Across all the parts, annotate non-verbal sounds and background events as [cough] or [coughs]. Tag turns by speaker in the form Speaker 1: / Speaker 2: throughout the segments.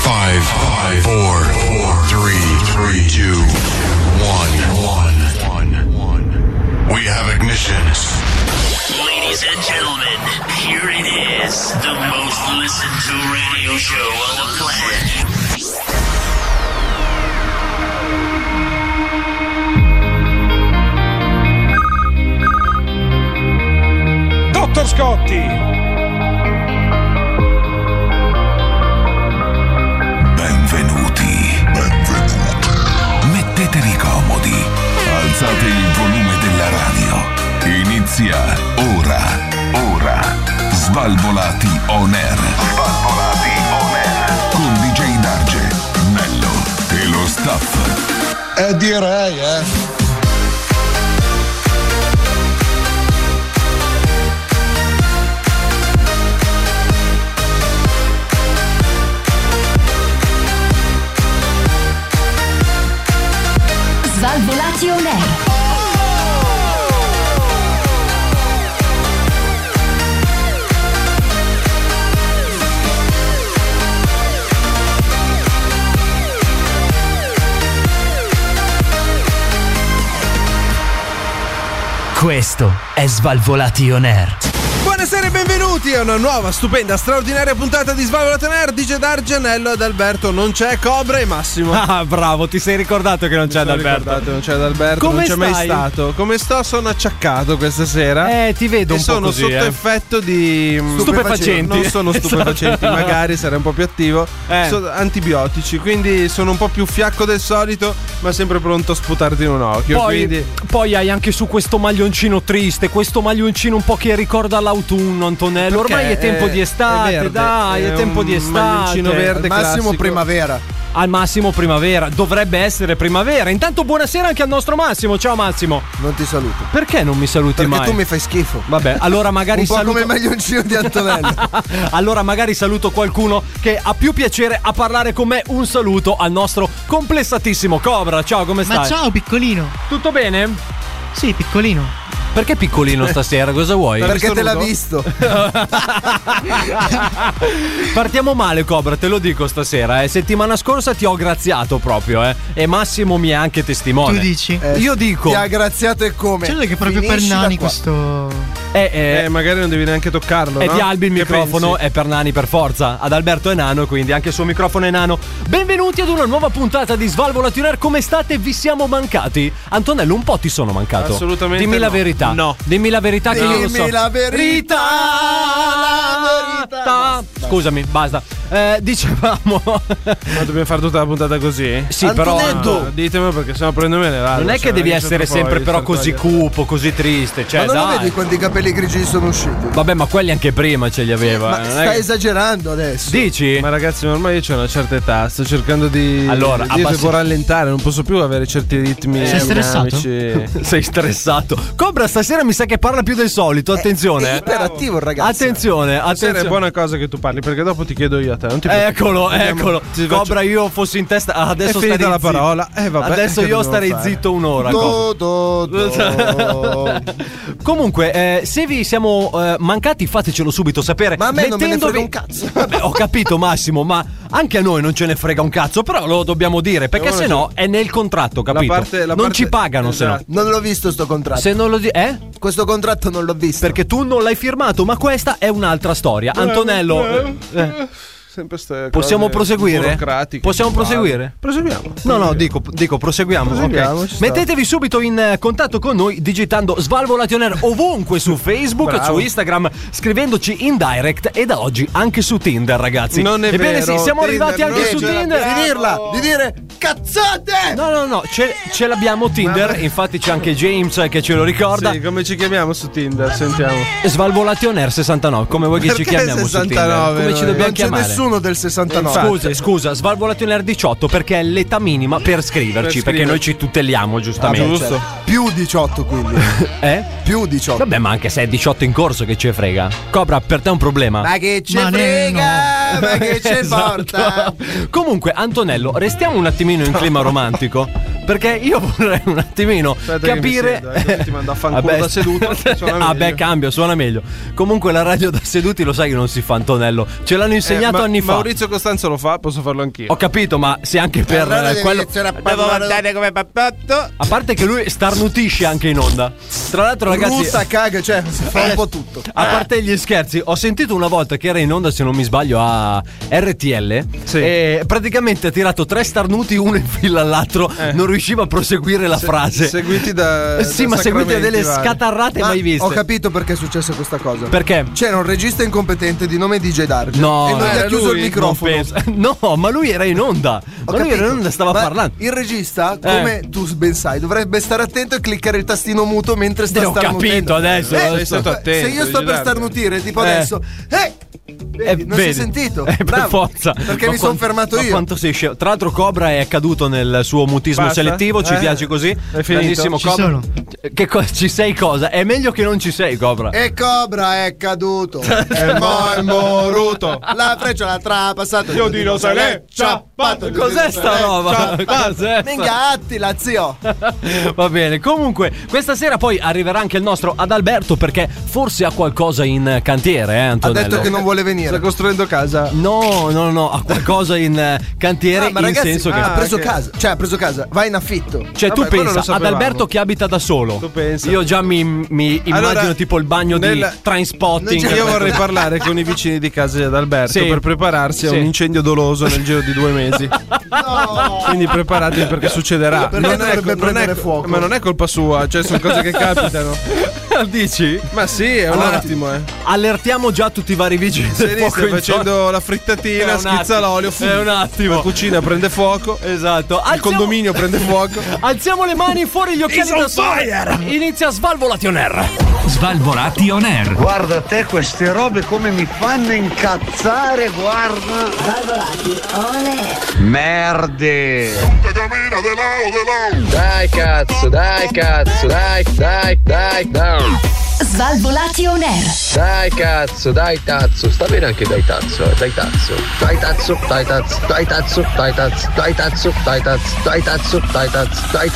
Speaker 1: Five, five, four, four, three, three, two, one, one, one. We have ignition.
Speaker 2: Ladies and gentlemen, here it is, the most listened to radio show on the planet.
Speaker 3: Dottor Scotti!
Speaker 4: Benvenuti. Benvenuti. Mettetevi comodi. Alzate il volume della radio. Inizia ora. Ora. Svalvolati on air. Svalvolati on air. Con DJ Darge, Nello e lo staff.
Speaker 5: Eh direi, eh.
Speaker 6: Svalvolati on air.
Speaker 7: Questo è Svalvolati On Air.
Speaker 8: Buonasera e benvenuti a una nuova, stupenda, straordinaria puntata di Svalvolato Nerd. Dice D'Argenello ed Alberto. Non c'è Cobra e Massimo.
Speaker 9: Ah, bravo, ti sei ricordato che non c'è
Speaker 8: sono
Speaker 9: Adalberto.
Speaker 8: ricordato, non c'è Adalberto, non
Speaker 9: Come
Speaker 8: c'è mai
Speaker 9: stai?
Speaker 8: stato. Come sto? Sono acciaccato questa sera.
Speaker 9: Eh, ti vedo
Speaker 8: e
Speaker 9: un po'
Speaker 8: sono
Speaker 9: così,
Speaker 8: sotto
Speaker 9: eh.
Speaker 8: effetto di mm,
Speaker 9: Stupefacenti.
Speaker 8: Non sono
Speaker 9: [laughs] Esatto.
Speaker 8: stupefacenti, magari sarei un po' più attivo.
Speaker 9: Eh.
Speaker 8: So- antibiotici, quindi sono un po' più fiacco del solito, ma sempre pronto a sputarti in un occhio.
Speaker 9: Poi,
Speaker 8: quindi
Speaker 9: poi hai anche su questo maglioncino triste, questo maglioncino un po' che ricorda l'autunno, Antonello. Ormai
Speaker 8: Perché
Speaker 9: è tempo di estate,
Speaker 8: è verde,
Speaker 9: dai, è,
Speaker 8: è
Speaker 9: tempo
Speaker 8: un
Speaker 9: di estate.
Speaker 8: maglioncino verde
Speaker 5: Massimo
Speaker 8: classico.
Speaker 5: primavera.
Speaker 9: Al massimo primavera, dovrebbe essere primavera. Intanto buonasera anche al nostro Massimo. Ciao Massimo.
Speaker 5: Non ti saluto.
Speaker 9: Perché non mi saluti
Speaker 5: Perché
Speaker 9: mai?
Speaker 5: tu mi fai schifo.
Speaker 9: Vabbè, Eh, allora magari
Speaker 5: Un po'
Speaker 9: saluto
Speaker 5: come il maglioncino di Antonello.
Speaker 9: Allora magari saluto qualcuno che ha più piacere a parlare con me. Un saluto al nostro complessatissimo Cobra. Ciao, come stai?
Speaker 10: Ma ciao piccolino.
Speaker 9: Tutto bene?
Speaker 10: Sì, piccolino.
Speaker 9: Perché piccolino stasera? Cosa vuoi?
Speaker 5: [laughs] Perché te l'ha
Speaker 8: nudo?
Speaker 5: visto?
Speaker 9: Partiamo male, Cobra, te lo dico stasera. Eh. Settimana scorsa ti ho graziato proprio, eh. E Massimo mi è anche testimone.
Speaker 10: Tu dici?
Speaker 5: Eh,
Speaker 9: Io dico.
Speaker 5: Ti ha graziato e come?
Speaker 10: C'è che è proprio per
Speaker 5: Finiscila
Speaker 10: nani
Speaker 5: qua.
Speaker 10: questo.
Speaker 9: Eh, eh,
Speaker 8: Eh, magari non devi neanche toccarlo.
Speaker 9: È
Speaker 8: no?
Speaker 9: di Albi il
Speaker 8: Che
Speaker 9: microfono,
Speaker 8: pensi?
Speaker 9: è per Nani per forza. Ad Alberto è nano, quindi anche il suo microfono è nano. Benvenuti ad una nuova puntata di Svalvola Tuner. Come state? Vi siamo mancati? Antonello, un po' ti sono mancato.
Speaker 8: Assolutamente
Speaker 9: Dimmi la
Speaker 8: no.
Speaker 9: verità.
Speaker 8: No.
Speaker 9: Dimmi la verità che io lo so.
Speaker 5: Dimmi la verità, la verità.
Speaker 9: Ta- Scusami, basta. Eh, dicevamo.
Speaker 8: Ma dobbiamo fare tutta la puntata così?
Speaker 9: sì, però.
Speaker 8: Ah, ditemelo perché sennò prendo me le cioè, vado.
Speaker 9: Non è che devi essere sempre però così cupo, così triste, [laughs] cioè
Speaker 5: Ma non
Speaker 9: dai.
Speaker 5: lo vedi quanti capelli grigi sono usciti?
Speaker 9: Vabbè, ma quelli anche prima ce li aveva.
Speaker 5: Ma
Speaker 9: non è
Speaker 5: stai
Speaker 9: che-
Speaker 5: esagerando adesso.
Speaker 9: Dici?
Speaker 8: Ma ragazzi, ma ormai io ho una certa età, sto cercando di.
Speaker 9: Allora,
Speaker 8: di- io
Speaker 9: abbassi-
Speaker 8: devo rallentare, non posso più avere certi ritmi.
Speaker 10: Sei
Speaker 8: [laughs]
Speaker 10: stressato?
Speaker 8: dinamici.
Speaker 9: Sei stressato. Cobra stasera mi sa che parla più del solito. Attenzione.
Speaker 5: Eh, È
Speaker 9: eh.
Speaker 5: iperattivo il ragazzo.
Speaker 8: Stasera
Speaker 9: Attenzione,
Speaker 8: è
Speaker 9: Eh, attenzione. Eh,
Speaker 8: buona cosa che tu parli, perché dopo ti chiedo io a te. Non ti preoccupare.
Speaker 9: Eccolo,
Speaker 8: Vediamo,
Speaker 9: eccolo.
Speaker 8: ti faccio-
Speaker 9: Cobra, io fossi in testa. ah, Adesso
Speaker 8: È
Speaker 9: starei
Speaker 8: finita la
Speaker 9: zitto.
Speaker 8: parola. Eh, vabbè,
Speaker 9: Adesso
Speaker 8: che
Speaker 9: io
Speaker 8: devo
Speaker 9: starei
Speaker 8: fare?
Speaker 9: zitto un'ora. Cobra.
Speaker 5: Do, do, do.
Speaker 9: [laughs] Comunque, eh, se vi siamo eh, mancati, fatecelo subito sapere.
Speaker 5: Ma a me non me ne
Speaker 9: mettendovi-
Speaker 5: frega un cazzo.
Speaker 9: Vabbè, ho capito, Massimo, ma anche a noi non ce ne frega un cazzo. Però lo dobbiamo dire, perché
Speaker 8: Eh,
Speaker 9: se no è nel contratto, capito?
Speaker 8: parte- la
Speaker 9: non
Speaker 8: parte-
Speaker 9: ci pagano se
Speaker 8: Esatto.
Speaker 5: Non l'ho visto sto
Speaker 9: no.
Speaker 5: contratto.
Speaker 9: Se non lo di- eh?
Speaker 5: Questo contratto non l'ho visto.
Speaker 9: Perché tu non l'hai firmato, ma questa è un'altra storia. Antonello, eh,
Speaker 8: Eh, Sempre ste cose
Speaker 9: possiamo proseguire?
Speaker 8: burocratiche,
Speaker 9: Possiamo
Speaker 8: vale.
Speaker 9: proseguire?
Speaker 8: Proseguiamo.
Speaker 9: No, no, dico, dico proseguiamo.
Speaker 8: Proseguiamo,
Speaker 9: ok.
Speaker 8: ci sta.
Speaker 9: Mettetevi subito in eh, contatto con noi digitando Svalvolationer ovunque su Facebook,
Speaker 8: Bravo.
Speaker 9: su Instagram, scrivendoci in direct e da oggi anche su Tinder, ragazzi.
Speaker 8: Non è
Speaker 9: Ebbene
Speaker 8: vero,
Speaker 9: sì,
Speaker 8: Tinder,
Speaker 9: siamo arrivati anche
Speaker 8: noi
Speaker 9: su
Speaker 8: ce
Speaker 9: Tinder.
Speaker 5: Di dirla, di dire cazzate!
Speaker 9: No, no, no, ce, ce l'abbiamo Tinder, infatti c'è anche James eh, che ce lo ricorda.
Speaker 8: Sì, come ci chiamiamo su Tinder? Sentiamo.
Speaker 9: Svalvolationer 69, come vuoi che ci
Speaker 8: Perché
Speaker 9: chiamiamo su
Speaker 8: 69
Speaker 9: Tinder? Come ci
Speaker 8: noi?
Speaker 9: dobbiamo
Speaker 5: non c'è
Speaker 9: chiamare?
Speaker 5: nessuno del 69.
Speaker 9: Eh, Scusa, scusa, Svalvolationer 18 perché è l'età minima per scriverci,
Speaker 8: Per Ah,
Speaker 9: perché
Speaker 8: scriverci.
Speaker 9: noi ci tuteliamo giustamente.
Speaker 8: Giusto?
Speaker 5: Più 18 quindi.
Speaker 9: [laughs] Eh?
Speaker 5: Più 18.
Speaker 9: Vabbè, ma anche se è 18 in corso che ce frega. Cobra, per te è un problema. [laughs]
Speaker 5: Ma che ci
Speaker 10: Ma ne-
Speaker 5: frega, ma che ci
Speaker 9: Esatto.
Speaker 5: porta.
Speaker 9: Comunque, Antonello, restiamo un attimino in clima romantico. Perché io vorrei un attimino
Speaker 8: Aspetta che mi
Speaker 9: capire.
Speaker 8: siedo, eh, così ti mando a fanculo
Speaker 9: Vabbè,
Speaker 8: da seduto,
Speaker 9: sta-
Speaker 8: suona
Speaker 9: ah,
Speaker 8: meglio.
Speaker 9: beh, cambio, suona meglio. Comunque la radio da seduti lo sai che non si fa, Antonello. Ce l'hanno [laughs] insegnato
Speaker 8: Eh, ma-
Speaker 9: anni fa.
Speaker 8: Maurizio Costanzo lo fa, posso farlo anch'io.
Speaker 9: Ho capito, ma se anche per
Speaker 5: Allora
Speaker 9: eh,
Speaker 5: devi
Speaker 9: quello.
Speaker 5: iniziare a parlare-
Speaker 8: come pappatto.
Speaker 9: A parte che lui starnutisce anche in onda. Tra l'altro, ragazzi. eh,
Speaker 5: Brutta caga, cioè, fa un po' tutto.
Speaker 9: A parte gli scherzi, ho sentito una volta che era in onda, se non mi sbaglio, a RTL.
Speaker 8: Sì.
Speaker 9: E praticamente ha tirato tre starnuti uno in fila all'altro.
Speaker 5: Eh.
Speaker 9: Non riusciva a proseguire la frase. Eh,
Speaker 8: Seguiti da.
Speaker 9: [laughs] sì,
Speaker 8: da
Speaker 9: ma seguite
Speaker 8: sacramenti
Speaker 9: delle
Speaker 8: vari.
Speaker 9: scatarrate
Speaker 5: Ma
Speaker 9: mai viste.
Speaker 5: Ah, Ho capito perché è successa questa cosa.
Speaker 9: Perché?
Speaker 5: C'era un regista incompetente di nome DJ Darge.
Speaker 9: No,
Speaker 5: E non gli
Speaker 9: era
Speaker 5: ha chiuso il
Speaker 9: lui, non
Speaker 5: microfono.
Speaker 9: penso. [laughs] No, ma lui era in onda.
Speaker 5: Ho
Speaker 9: ma lui era
Speaker 5: capito,
Speaker 9: in onda, stava
Speaker 5: ma
Speaker 9: parlando. Eh.
Speaker 5: Il regista, come tu ben sai, dovrebbe stare attento e cliccare il tastino muto mentre sta
Speaker 9: Eh, ho
Speaker 5: starnutendo.
Speaker 9: capito adesso,
Speaker 5: Eh,
Speaker 9: sei
Speaker 5: se-
Speaker 8: stato attento,
Speaker 5: Se io sto per
Speaker 8: vigilante.
Speaker 5: starnutire, tipo
Speaker 9: Eh.
Speaker 5: adesso, eh, vedi,
Speaker 9: Eh,
Speaker 5: non
Speaker 9: vedi.
Speaker 5: si è sentito.
Speaker 9: Eh, per [laughs]
Speaker 5: Bravo.
Speaker 9: forza.
Speaker 5: Perché
Speaker 9: Ma
Speaker 5: mi sono
Speaker 9: quanto-
Speaker 5: fermato
Speaker 9: ma
Speaker 5: io.
Speaker 9: quanto sei scemo. Tra l'altro, Cobra è caduto nel suo mutismo
Speaker 8: Basta?
Speaker 9: selettivo. Ci
Speaker 8: Eh,
Speaker 9: piace così.
Speaker 8: finito?
Speaker 9: Grandissimo
Speaker 10: Ci
Speaker 9: Cobra.
Speaker 10: sono.
Speaker 9: Che co- ci sei cosa? È meglio che non ci sei, Cobra.
Speaker 5: E Cobra è
Speaker 9: [laughs]
Speaker 5: caduto.
Speaker 9: Eh,
Speaker 8: Eh, È mo- è moruto.
Speaker 5: La freccia l'ha trapassato.
Speaker 8: Io di Rosalè, ciappato.
Speaker 9: Cos'è sta roba? Cos'è?
Speaker 5: Minga Attila, zio.
Speaker 9: Va bene, comunque questa sera poi arriverà anche il nostro Adalberto perché forse ha qualcosa in cantiere, eh
Speaker 5: Ha
Speaker 9: Antonello?
Speaker 5: detto che non vuole venire.
Speaker 8: Sta costruendo casa.
Speaker 9: No, no, no, ha qualcosa in eh, cantiere
Speaker 5: Ah, ma
Speaker 9: in
Speaker 5: ragazzi,
Speaker 9: senso che...
Speaker 5: ha preso
Speaker 8: che-
Speaker 5: casa, cioè ha preso casa, va in affitto.
Speaker 9: Cioè tu
Speaker 8: Vabbè, quello lo
Speaker 9: pensa ad
Speaker 8: sapevamo.
Speaker 9: Alberto che abita da solo.
Speaker 8: Tu pensa.
Speaker 9: Io già mi, mi immagino
Speaker 8: Allora,
Speaker 9: tipo il bagno
Speaker 8: nel-
Speaker 9: di Trainspotting.
Speaker 8: Io vorrei parlare con i vicini di casa ad Alberto
Speaker 9: Sì.
Speaker 8: per prepararsi a
Speaker 9: Sì.
Speaker 8: un incendio doloso nel giro di due [laughs] mesi. Quindi preparatevi perché succederà.
Speaker 5: Perché dovrebbe prendere fuoco?
Speaker 8: Ma non è colpa sua, cioè sono cose che [laughs] capitano.
Speaker 9: Dici?
Speaker 8: Ma sì, è un
Speaker 9: Allora,
Speaker 8: attimo, eh.
Speaker 9: Allertiamo già tutti i vari vigili
Speaker 8: Se
Speaker 9: del
Speaker 8: lì
Speaker 9: fuoco
Speaker 8: stai
Speaker 9: intorno.
Speaker 8: facendo la frittatina,
Speaker 9: È un
Speaker 8: schizza
Speaker 9: attimo.
Speaker 8: l'olio.
Speaker 9: È un attimo.
Speaker 8: La cucina prende fuoco.
Speaker 9: Esatto.
Speaker 8: Il condominio prende fuoco.
Speaker 9: [laughs] Alziamo le mani fuori gli occhiali da sole. Inizia Svalvolati on air.
Speaker 7: Svalvolati on air.
Speaker 11: Guarda te queste robe come mi fanno incazzare, guarda. Merde. Dai cazzo, dai cazzo, dai, dai, dai, dai.
Speaker 6: Svalvolati on air.
Speaker 11: Dai cazzo, dai tazzo. Sta bene anche dai tazzo, eh, dai tazzo. Dai tazzo, dai tazzo, dai tazzo, dai tazzo, dai tazzo, dai tazzo, dai tazzo, dai tazzo, dai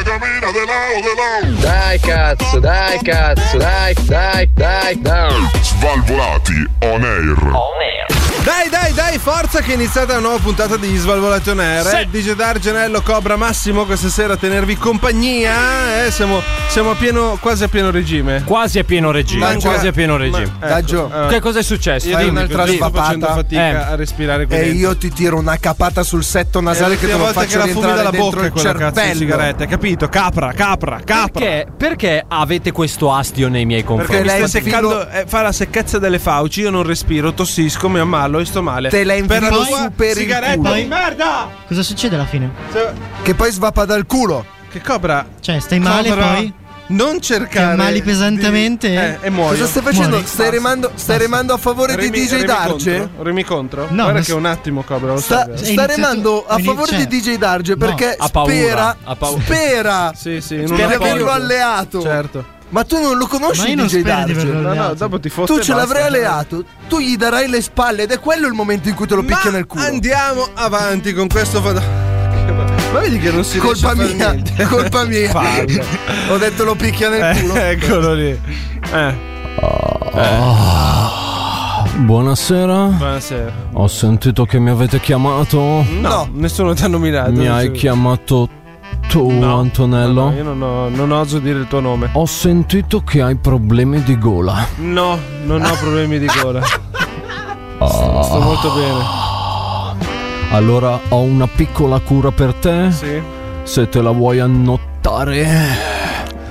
Speaker 11: tazzo. Dai cazzo, dai cazzo, dai, dai, dai, dai.
Speaker 4: Svalvolati on air.
Speaker 8: Dai, dai, dai, forza che è iniziata una nuova puntata di Svalvolation Air.
Speaker 9: Sì.
Speaker 8: Eh, Dice Dargenello Cobra Massimo questa sera a tenervi compagnia. Eh, siamo siamo a pieno, quasi a pieno regime.
Speaker 9: Quasi a pieno regime.
Speaker 5: Lancia-
Speaker 9: quasi a pieno regime.
Speaker 5: Daggio,
Speaker 9: ecco. che cosa è successo?
Speaker 8: Io
Speaker 5: Ecco, eh. Fai
Speaker 8: dimmi,
Speaker 5: un'altra
Speaker 8: così sto facendo
Speaker 5: svapata.
Speaker 8: fatica
Speaker 9: Eh.
Speaker 8: a respirare qui
Speaker 5: E
Speaker 8: dentro.
Speaker 5: io ti tiro una capata sul setto
Speaker 8: È
Speaker 5: nasale che te
Speaker 8: l'ultima
Speaker 5: lo
Speaker 8: volta che
Speaker 5: faccio
Speaker 8: la fumi
Speaker 5: rientrare
Speaker 8: dalla
Speaker 5: dentro
Speaker 8: bocca
Speaker 5: il
Speaker 8: quella cazzo di
Speaker 5: cervello.
Speaker 8: sigaretta, hai capito? Capra, capra, capra.
Speaker 9: Perché, perché avete questo astio nei miei confronti?
Speaker 8: Perché mi
Speaker 5: Perché lei
Speaker 8: sta
Speaker 5: infilo-
Speaker 8: seccando, eh, fa la secchezza delle fauci, io non respiro, tossisco, mi ammalo e sto male.
Speaker 5: Te la infilo
Speaker 8: per la
Speaker 5: su
Speaker 8: tua
Speaker 5: per il
Speaker 8: sigaretta
Speaker 5: culo.
Speaker 8: di merda!
Speaker 10: Cosa succede alla fine?
Speaker 8: Cioè,
Speaker 5: Che poi svapa dal culo.
Speaker 8: Che cobra?
Speaker 10: Cioè, stai male
Speaker 8: Cobra,
Speaker 10: poi?
Speaker 8: Non cercare.
Speaker 10: Ti ammali
Speaker 8: di-
Speaker 10: pesantemente?
Speaker 8: Eh, e muoio.
Speaker 5: Cosa stai facendo?
Speaker 10: Muori.
Speaker 5: Stai remando, stai remando a favore
Speaker 8: Remi-
Speaker 5: di DJ
Speaker 8: remi
Speaker 5: Darge?
Speaker 8: contro? Remi contro?
Speaker 10: No,
Speaker 8: Guarda
Speaker 10: non
Speaker 8: che
Speaker 10: s-
Speaker 8: un attimo, cobra, lo
Speaker 5: Sta,
Speaker 8: so.
Speaker 10: È
Speaker 5: sta
Speaker 10: iniziato-
Speaker 5: remando a
Speaker 10: è
Speaker 5: favore
Speaker 10: iniziato.
Speaker 5: di DJ Darge
Speaker 10: No,
Speaker 5: perché
Speaker 9: ha paura,
Speaker 5: spera,
Speaker 9: ha paura.
Speaker 5: spera
Speaker 8: Sì, sì,
Speaker 5: di
Speaker 9: una
Speaker 5: averlo
Speaker 9: paura.
Speaker 5: alleato.
Speaker 8: Certo.
Speaker 5: Ma tu non lo
Speaker 10: Ma
Speaker 5: conosci
Speaker 10: io non
Speaker 5: DJ
Speaker 10: spero di averlo
Speaker 5: Darge.
Speaker 8: No, no,
Speaker 10: alleato.
Speaker 8: dopo ti fotte
Speaker 5: Tu ce
Speaker 8: e basta.
Speaker 5: l'avrai alleato, tu gli darai le spalle ed è quello il momento in cui te lo
Speaker 8: Ma
Speaker 5: picchia nel culo.
Speaker 8: Andiamo avanti con questo fada- Ma vedi che non si riesce
Speaker 5: Colpa
Speaker 8: a fare
Speaker 5: mia,
Speaker 8: niente.
Speaker 5: colpa
Speaker 8: [laughs]
Speaker 5: mia. Ho detto lo picchia nel culo.
Speaker 8: Eh, Eccolo lì. Eh,
Speaker 9: Ah. Buonasera.
Speaker 8: buonasera.
Speaker 9: Ho sentito che mi avete
Speaker 10: Oh.
Speaker 9: chiamato.
Speaker 8: No, nessuno ti ha nominato.
Speaker 9: Mi
Speaker 8: Non
Speaker 9: hai
Speaker 8: so-
Speaker 9: chiamato tu,
Speaker 8: Eh, No.
Speaker 9: Antonello.
Speaker 8: No, io non, ho- non oso dire il tuo nome.
Speaker 9: Ho sentito che hai problemi di gola.
Speaker 8: No, non ho problemi di
Speaker 10: [laughs]
Speaker 8: gola. Sto molto bene.
Speaker 9: Allora ho una piccola cura per te.
Speaker 8: Sì.
Speaker 9: Se te la vuoi annottare,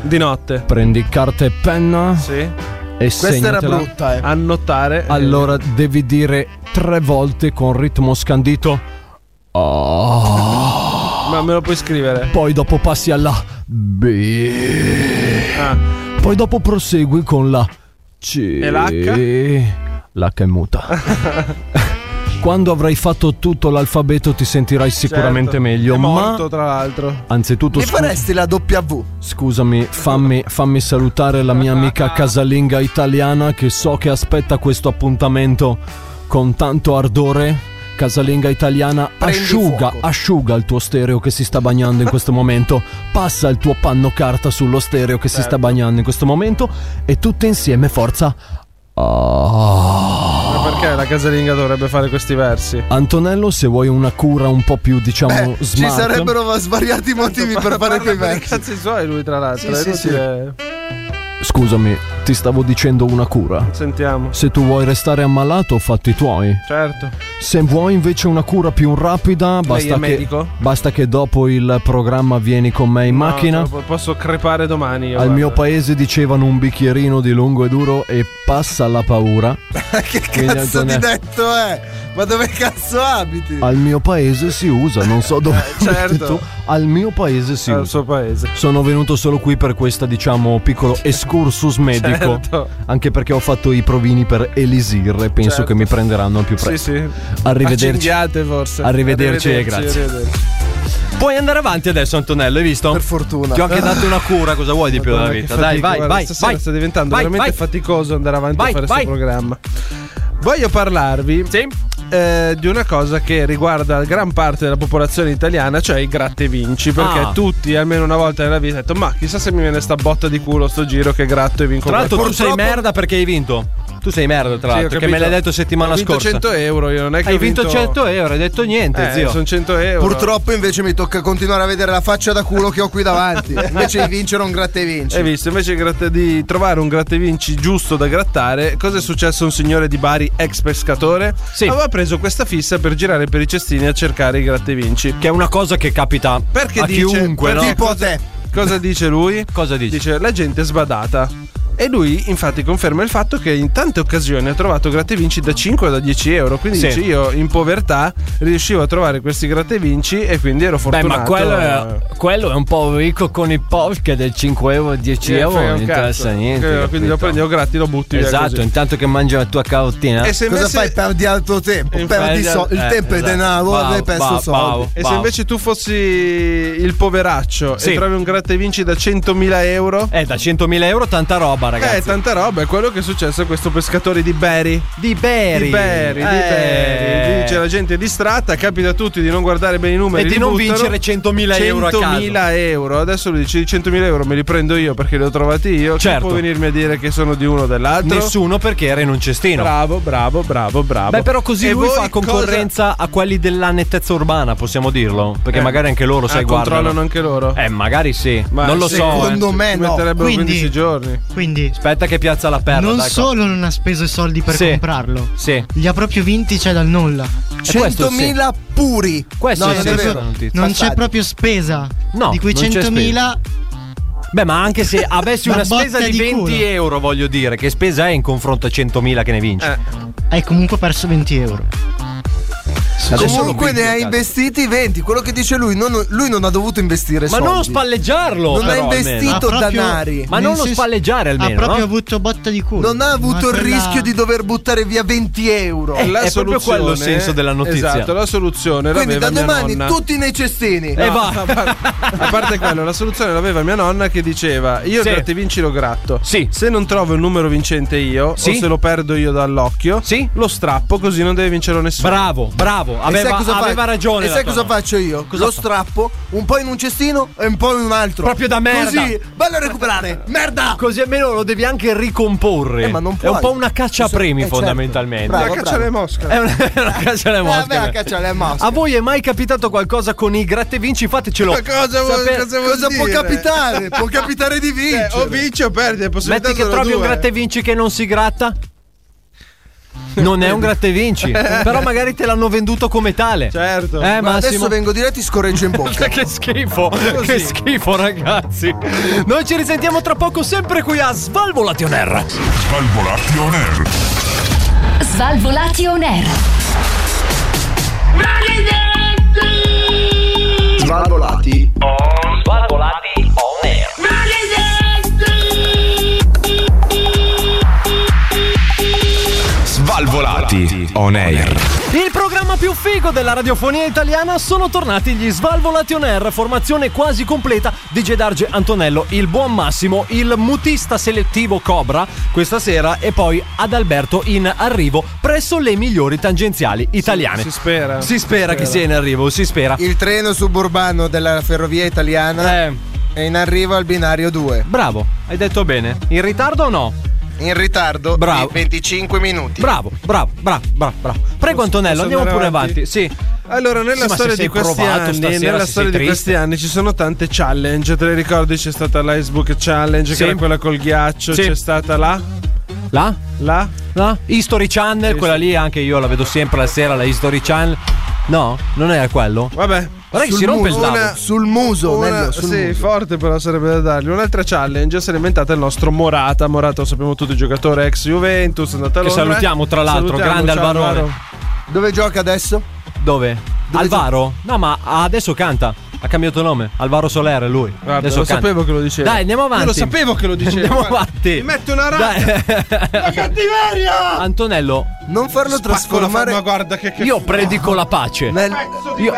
Speaker 8: Di notte.
Speaker 9: prendi carta e penna
Speaker 8: Sì.
Speaker 9: e
Speaker 5: Questa era
Speaker 9: segnatela.
Speaker 5: brutta, eh.
Speaker 8: Annotare.
Speaker 9: Allora devi dire tre volte con ritmo scandito. Ah.
Speaker 8: Ma me lo puoi scrivere.
Speaker 9: Poi dopo passi alla B.
Speaker 8: Ah,
Speaker 9: Poi dopo prosegui con la C.
Speaker 8: E l'H?
Speaker 9: L'H
Speaker 8: [laughs]
Speaker 9: è muta. Quando avrai fatto tutto l'alfabeto ti sentirai sicuramente
Speaker 8: certo.
Speaker 9: meglio,
Speaker 8: È morto,
Speaker 9: ma
Speaker 8: tra l'altro.
Speaker 9: anzitutto
Speaker 5: Mi
Speaker 9: scu-
Speaker 5: faresti la W?
Speaker 9: scusami, fammi, fammi salutare la mia amica casalinga italiana che so che aspetta questo appuntamento con tanto ardore Casalinga italiana,
Speaker 5: Prendi
Speaker 9: asciuga,
Speaker 5: fuoco.
Speaker 9: asciuga il tuo stereo che si sta bagnando in questo momento. Passa il tuo panno carta sullo stereo che
Speaker 5: Certo.
Speaker 9: si sta bagnando in questo momento. E tutte insieme, forza. Ah.
Speaker 8: Ma perché la casalinga dovrebbe fare questi versi?
Speaker 9: Antonello, se vuoi una cura un po' più, diciamo,
Speaker 5: Beh,
Speaker 9: smart.
Speaker 5: ci sarebbero svariati motivi per fare quei
Speaker 8: Ma che
Speaker 5: versi.
Speaker 8: cazzo i suoi lui, tra l'altro? eh,
Speaker 5: Sì,
Speaker 8: è
Speaker 5: sì, sì.
Speaker 8: inutile.
Speaker 9: Scusami, ti stavo dicendo una cura.
Speaker 8: Sentiamo.
Speaker 9: Se tu vuoi restare ammalato, fatti i tuoi.
Speaker 8: Certo.
Speaker 9: Se vuoi invece una cura più rapida, basta,
Speaker 8: è
Speaker 9: che,
Speaker 8: medico?
Speaker 9: basta che dopo il programma vieni con me in
Speaker 8: No,
Speaker 9: macchina.
Speaker 8: te lo po- posso crepare domani. io,
Speaker 9: Al
Speaker 8: guarda.
Speaker 9: mio paese dicevano un bicchierino di lungo e duro e passa la
Speaker 8: [laughs]
Speaker 9: paura.
Speaker 5: che
Speaker 9: Quindi,
Speaker 5: cazzo di
Speaker 9: Antonello-
Speaker 5: detto è? Ma dove cazzo abiti?
Speaker 9: Al mio paese si usa, non so dove.
Speaker 8: certo.
Speaker 9: tu. [laughs] Al mio paese si
Speaker 8: al
Speaker 9: usa.
Speaker 8: suo paese.
Speaker 9: Sono venuto solo qui per questa, diciamo, piccolo [laughs] escursus medico.
Speaker 8: Certo.
Speaker 9: Anche perché ho fatto i provini per Elisir e penso
Speaker 8: Certo.
Speaker 9: che mi prenderanno al più presto.
Speaker 8: Sì, sì.
Speaker 9: Arrivederci.
Speaker 8: Accinghiate, forse.
Speaker 9: Arrivederci e grazie.
Speaker 8: arrivederci.
Speaker 9: Puoi andare avanti adesso, Antonello, hai visto?
Speaker 5: Per fortuna.
Speaker 9: Ti ho anche dato una cura, cosa vuoi di più dalla
Speaker 8: Madonna, che
Speaker 9: vita? Dai,
Speaker 8: fatica,
Speaker 9: vai,
Speaker 8: guarda,
Speaker 9: vai,
Speaker 8: Stasera
Speaker 9: vai.
Speaker 8: sta diventando
Speaker 9: Vai,
Speaker 8: veramente
Speaker 9: vai.
Speaker 8: faticoso andare avanti
Speaker 9: Vai,
Speaker 8: a fare
Speaker 9: vai.
Speaker 8: questo programma. Voglio parlarvi eh, di una cosa che riguarda gran parte della popolazione italiana, cioè i gratte vinci. Perché
Speaker 9: Ah.
Speaker 8: tutti, almeno una volta nella vita, hanno detto: Ma chissà se mi viene sta botta di culo sto giro che gratto e vinco
Speaker 9: Tra l'altro tu
Speaker 8: qualcosa."
Speaker 9: sei merda perché hai vinto. Tu sei merda, tra
Speaker 8: Sì, ho
Speaker 9: l'altro, che
Speaker 8: capito.
Speaker 9: me l'hai detto settimana
Speaker 8: Ho vinto
Speaker 9: scorsa.
Speaker 8: 100 euro, io non è che
Speaker 9: hai
Speaker 8: ho
Speaker 9: vinto 100 euro, hai detto niente,
Speaker 8: Eh,
Speaker 9: zio.
Speaker 8: sono 100 euro.
Speaker 5: Purtroppo invece mi tocca continuare a vedere la faccia da culo che ho qui davanti. Invece di vincere un gratta e vinci.
Speaker 8: Hai visto? Invece gratta- di trovare un grattevinci giusto da grattare, cosa è successo a un signore di Bari, ex pescatore?
Speaker 9: Sì.
Speaker 8: Aveva preso questa fissa per girare per i cestini a cercare i grattevinci.
Speaker 9: Che è una cosa che capita
Speaker 8: Perché
Speaker 9: a
Speaker 8: dice-
Speaker 9: chiunque,
Speaker 8: perché
Speaker 9: no?
Speaker 5: Tipo a te.
Speaker 8: Cosa dice lui?
Speaker 9: [laughs] Cosa dice?
Speaker 8: Dice la gente è sbadata. E lui infatti conferma il fatto che in tante occasioni ha trovato grattevinci da 5 o da 10 euro. Quindi
Speaker 9: Sì.
Speaker 8: dice io in povertà riuscivo a trovare questi grattevinci e quindi ero
Speaker 9: Beh,
Speaker 8: fortunato. eh,
Speaker 9: ma quello è, quello è un po' ricco con i POV che del 5 euro 10
Speaker 8: Eh,
Speaker 9: euro
Speaker 8: frega
Speaker 9: non
Speaker 8: un
Speaker 9: interessa
Speaker 8: cazzo.
Speaker 9: niente.
Speaker 8: Eh, Quindi lo
Speaker 9: capito?
Speaker 8: prendi, lo gratti, lo butti via
Speaker 9: Esatto,
Speaker 8: così.
Speaker 9: intanto che mangi la tua carottina.
Speaker 8: E se
Speaker 5: Cosa
Speaker 8: invece-
Speaker 5: fai? Perdi altro tempo. Perdi so- il
Speaker 9: eh,
Speaker 5: tempo e
Speaker 9: esatto.
Speaker 5: denaro.
Speaker 9: Bravo,
Speaker 5: Avrei perso
Speaker 9: bravo,
Speaker 5: soldi.
Speaker 9: bravo.
Speaker 8: E se invece tu fossi il poveraccio
Speaker 9: Sì.
Speaker 8: e trovi un gratta e vinci da 100.000 euro?
Speaker 9: Eh, da 100.000 euro tanta roba, ragazzi.
Speaker 8: Eh, tanta roba, è quello che è successo a questo pescatore di Berry.
Speaker 9: Di Beri. Eh.
Speaker 8: Di Berry, di Berry. Dice la gente è distratta, capita a tutti di non guardare bene i numeri.
Speaker 9: E di
Speaker 8: li
Speaker 9: non
Speaker 8: buttano.
Speaker 9: vincere 100.000 euro a caso.
Speaker 8: 100.000 euro. Adesso lui dice 100.000 euro me li prendo io perché li ho trovati io. Chi
Speaker 9: Certo.
Speaker 8: può venirmi a dire che sono di uno o dell'altro?
Speaker 9: Nessuno perché era in un cestino.
Speaker 8: Bravo, bravo, bravo, bravo.
Speaker 9: Beh, però così
Speaker 8: E
Speaker 9: lui
Speaker 8: voi
Speaker 9: fa concorrenza a quelli della nettezza urbana, possiamo dirlo. Perché
Speaker 8: Eh.
Speaker 9: magari anche loro,
Speaker 8: cosa-
Speaker 9: sai,
Speaker 8: Ah,
Speaker 9: guardano.
Speaker 8: controllano anche loro.
Speaker 9: Eh, magari sì.
Speaker 8: Ma
Speaker 9: non lo so. eh.
Speaker 5: secondo me
Speaker 8: Ci
Speaker 5: no.
Speaker 8: Metterebbero
Speaker 10: Quindi-
Speaker 8: 15 giorni.
Speaker 10: Quindi
Speaker 9: Aspetta che piazza la perla.
Speaker 10: non
Speaker 9: dai, qua.
Speaker 10: solo non ha speso i soldi per
Speaker 9: Sì.
Speaker 10: comprarlo,
Speaker 9: Sì.
Speaker 10: li ha proprio vinti cioè dal nulla.
Speaker 9: E questo sì.
Speaker 5: 100.000 puri.
Speaker 9: Questo
Speaker 5: no,
Speaker 9: sì,
Speaker 5: non
Speaker 9: sì,
Speaker 5: è
Speaker 9: sì.
Speaker 5: vero.
Speaker 10: Non
Speaker 5: Passati.
Speaker 10: c'è proprio spesa.
Speaker 9: No,
Speaker 10: di quei
Speaker 9: non c'è spesa.
Speaker 10: 100.000
Speaker 9: Beh, ma anche se avessi
Speaker 10: Una
Speaker 9: una spesa
Speaker 10: botta
Speaker 9: di
Speaker 10: di
Speaker 9: 20
Speaker 10: culo.
Speaker 9: euro, voglio dire, che spesa è in confronto a 100.000 che ne vinci?
Speaker 8: Eh.
Speaker 10: hai comunque perso 20 euro.
Speaker 9: Adesso
Speaker 5: Comunque
Speaker 9: lo vinci,
Speaker 5: ne ha
Speaker 9: cazzo.
Speaker 5: investiti 20 Quello che dice lui, non- lui non ha dovuto investire
Speaker 9: Ma
Speaker 5: soldi.
Speaker 9: non spalleggiarlo!
Speaker 5: Non ha
Speaker 9: però, almeno.
Speaker 5: investito
Speaker 10: Ha proprio-
Speaker 5: danari.
Speaker 9: Ma non
Speaker 10: Nel
Speaker 9: lo
Speaker 10: senso-
Speaker 9: spalleggiare almeno.
Speaker 10: ha proprio
Speaker 9: no?
Speaker 10: avuto botta di culo.
Speaker 5: Non ha avuto
Speaker 10: Ma
Speaker 5: il
Speaker 10: quella-
Speaker 5: rischio di dover buttare via 20 euro.
Speaker 9: Eh, è proprio quello il senso della notizia.
Speaker 8: Esatto, la soluzione
Speaker 5: Quindi
Speaker 8: l'aveva
Speaker 5: da
Speaker 8: mia
Speaker 5: domani
Speaker 8: nonna.
Speaker 5: tutti nei cestini.
Speaker 9: E Eh, va.
Speaker 8: A parte- a parte quello, la soluzione l'aveva mia nonna che diceva: Io
Speaker 9: Sì.
Speaker 8: il gratta e vinci lo gratto.
Speaker 9: Sì.
Speaker 8: Se non trovo il numero vincente io,
Speaker 9: Sì.
Speaker 8: o se lo perdo io dall'occhio,
Speaker 9: Sì.
Speaker 8: lo strappo così non deve vincerlo nessuno.
Speaker 9: Bravo, bravo.
Speaker 5: E sai
Speaker 9: Aveva,
Speaker 5: cosa fa-
Speaker 9: aveva ragione.
Speaker 5: E
Speaker 9: la
Speaker 5: sai
Speaker 9: tua
Speaker 5: cosa
Speaker 9: nonna.
Speaker 5: faccio io?
Speaker 9: Cosa
Speaker 5: Lo
Speaker 9: fa?
Speaker 5: strappo un po' in un cestino e un po' in un altro.
Speaker 9: Proprio da merda.
Speaker 5: Così, bello a recuperare. Merda!
Speaker 9: Così almeno lo devi anche ricomporre.
Speaker 5: Eh, ma non
Speaker 9: È un
Speaker 5: puoi.
Speaker 9: po' una caccia a
Speaker 5: Sì, eh,
Speaker 9: premi,
Speaker 5: certo.
Speaker 9: fondamentalmente.
Speaker 5: Bravo,
Speaker 8: La caccia
Speaker 5: bravo.
Speaker 8: alle mosche.
Speaker 9: È una, [laughs] è una caccia alle mosche.
Speaker 5: Eh, beh, la caccia alle mosche.
Speaker 9: A voi è mai capitato qualcosa con i grattevinci? Fatecelo.
Speaker 8: Ma cosa vuol,
Speaker 9: Sapere-
Speaker 8: cosa vuol
Speaker 5: Cosa può
Speaker 8: dire?
Speaker 5: capitare? Può capitare di
Speaker 8: Eh,
Speaker 5: vincere.
Speaker 8: o vinci o perdi, è possibilità
Speaker 9: Metti che
Speaker 8: solo
Speaker 9: trovi un
Speaker 8: due.
Speaker 9: grattevinci che non
Speaker 8: [laughs]
Speaker 9: si gratta. Non è un grattevinci. però magari te l'hanno venduto come tale.
Speaker 8: Eh. Certo.
Speaker 9: Eh,
Speaker 5: Ma
Speaker 9: Massimo.
Speaker 5: adesso vengo di là e ti scorreggio in bocca.
Speaker 9: [laughs] che schifo, che schifo Oh, ragazzi. Noi ci risentiamo tra poco sempre qui a Svalvolati on Air.
Speaker 4: Svalvolati on air.
Speaker 6: Svalvolati on air.
Speaker 1: Svalvolati on air.
Speaker 9: Il programma programma più figo della radiofonia italiana sono tornati gli Svalvolati on Air, formazione quasi completa DJ Darge Antonello, il buon Massimo, il mutista selettivo Cobra questa sera e poi Adalberto in arrivo presso le migliori tangenziali italiane.
Speaker 8: Si spera.
Speaker 9: Si spera che sia in arrivo, si spera.
Speaker 5: Il treno suburbano della ferrovia italiana è in arrivo al binario 2.
Speaker 9: Eh. Bravo, hai detto bene. In ritardo o no?
Speaker 5: In ritardo
Speaker 9: Bravo.
Speaker 5: di 25 minuti.
Speaker 9: Bravo, bravo, bravo, bravo, bravo. Prego
Speaker 8: posso
Speaker 9: Antonello, andiamo
Speaker 8: andare
Speaker 9: pure
Speaker 8: avanti?
Speaker 9: avanti. Sì.
Speaker 8: Allora,
Speaker 9: Sì, ma
Speaker 8: nella
Speaker 9: se
Speaker 8: storia,
Speaker 9: sei
Speaker 8: di questi,
Speaker 9: provato
Speaker 8: anni,
Speaker 9: stasera,
Speaker 8: nella
Speaker 9: se sei
Speaker 8: storia di
Speaker 9: triste.
Speaker 8: questi anni ci sono tante challenge. Te le ricordi? C'è stata l'Icebook Challenge,
Speaker 9: Sì.
Speaker 8: che era quella col ghiaccio.
Speaker 9: Sì.
Speaker 8: C'è stata la.
Speaker 9: Là?
Speaker 8: La.
Speaker 9: No? Ah, History Channel, quella lì anche io la vedo sempre la sera, la History Channel. No, non era quello.
Speaker 8: Vabbè.
Speaker 9: Guarda che si
Speaker 5: Sul
Speaker 9: rompe il
Speaker 5: muso,
Speaker 9: tavolo.
Speaker 5: una- sul muso,
Speaker 8: Una-
Speaker 5: meglio, sul
Speaker 8: sì,
Speaker 5: muso.
Speaker 8: forte però sarebbe da dargli. Un'altra challenge si è inventata il nostro Morata. Morata lo sappiamo tutti, giocatore ex Juventus, è andato a
Speaker 9: Che
Speaker 8: Londra.
Speaker 9: salutiamo, tra l'altro, grande
Speaker 8: ciao,
Speaker 9: Alvarone.
Speaker 5: Dove gioca adesso?
Speaker 9: Dove? Alvaro? No, ma adesso canta. Ha cambiato nome. Alvaro Soler è lui.
Speaker 8: Guarda,
Speaker 9: adesso
Speaker 8: lo
Speaker 9: canta.
Speaker 8: sapevo che lo diceva.
Speaker 9: Dai, andiamo avanti.
Speaker 8: Io lo sapevo che lo diceva.
Speaker 9: Andiamo
Speaker 8: guarda.
Speaker 9: avanti.
Speaker 8: Mi metto una
Speaker 9: Dai. eh,
Speaker 8: rabbia.
Speaker 5: Cattiveria!
Speaker 9: Antonello,
Speaker 5: Non farlo
Speaker 8: Spacco la fa-
Speaker 5: trasformare
Speaker 8: Ma guarda che, che
Speaker 9: io predico la pace.
Speaker 5: nel
Speaker 9: Io-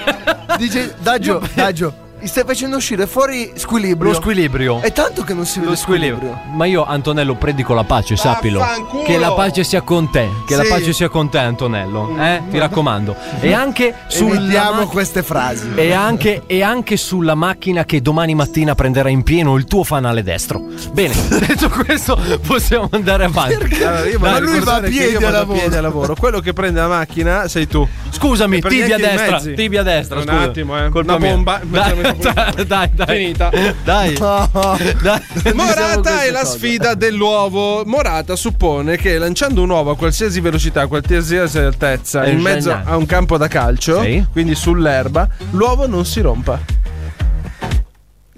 Speaker 9: [laughs]
Speaker 5: Dice Daggio, Daggio, mi stai facendo uscire fuori squilibrio.
Speaker 9: Lo squilibrio.
Speaker 5: È tanto che non si vede
Speaker 9: Lo squilibrio. Ma io, Antonello, predico la pace, sappilo.
Speaker 8: Vaffanculo.
Speaker 9: Che la pace sia con te. Che la
Speaker 5: Sì.
Speaker 9: pace sia con te,
Speaker 8: Mm.
Speaker 9: Antonello. Eh? Ti raccomando. E anche sulla
Speaker 5: Evitiamo
Speaker 9: mac-
Speaker 5: queste frasi.
Speaker 9: E anche, e anche sulla macchina che domani mattina prenderà in pieno il tuo fanale destro. Bene, [laughs] detto questo, possiamo andare avanti.
Speaker 8: Allora, io
Speaker 5: Ma
Speaker 8: voglio
Speaker 5: lui va
Speaker 8: ricordare
Speaker 5: a
Speaker 8: che
Speaker 5: piedi
Speaker 8: io
Speaker 5: a
Speaker 8: vado a
Speaker 5: lavoro.
Speaker 8: piedi a lavoro. Quello che prende la macchina sei tu.
Speaker 9: Scusami,
Speaker 8: E per
Speaker 9: tibia
Speaker 8: niente in
Speaker 9: destra.
Speaker 8: mezzi.
Speaker 9: Tibia destra.
Speaker 8: Un
Speaker 9: scusa.
Speaker 8: attimo, eh.
Speaker 9: Colpa
Speaker 8: Una
Speaker 9: mia.
Speaker 8: bomba.
Speaker 9: [laughs] Dai, dai, dai, dai.
Speaker 8: Finita.
Speaker 9: Dai. dai.
Speaker 8: Morata è la sfida dell'uovo. Morata suppone che lanciando un uovo a qualsiasi velocità, a qualsiasi altezza,
Speaker 9: È
Speaker 8: in mezzo
Speaker 9: geniale.
Speaker 8: a un campo da calcio,
Speaker 9: Sì.
Speaker 8: quindi sull'erba, l'uovo non si rompa.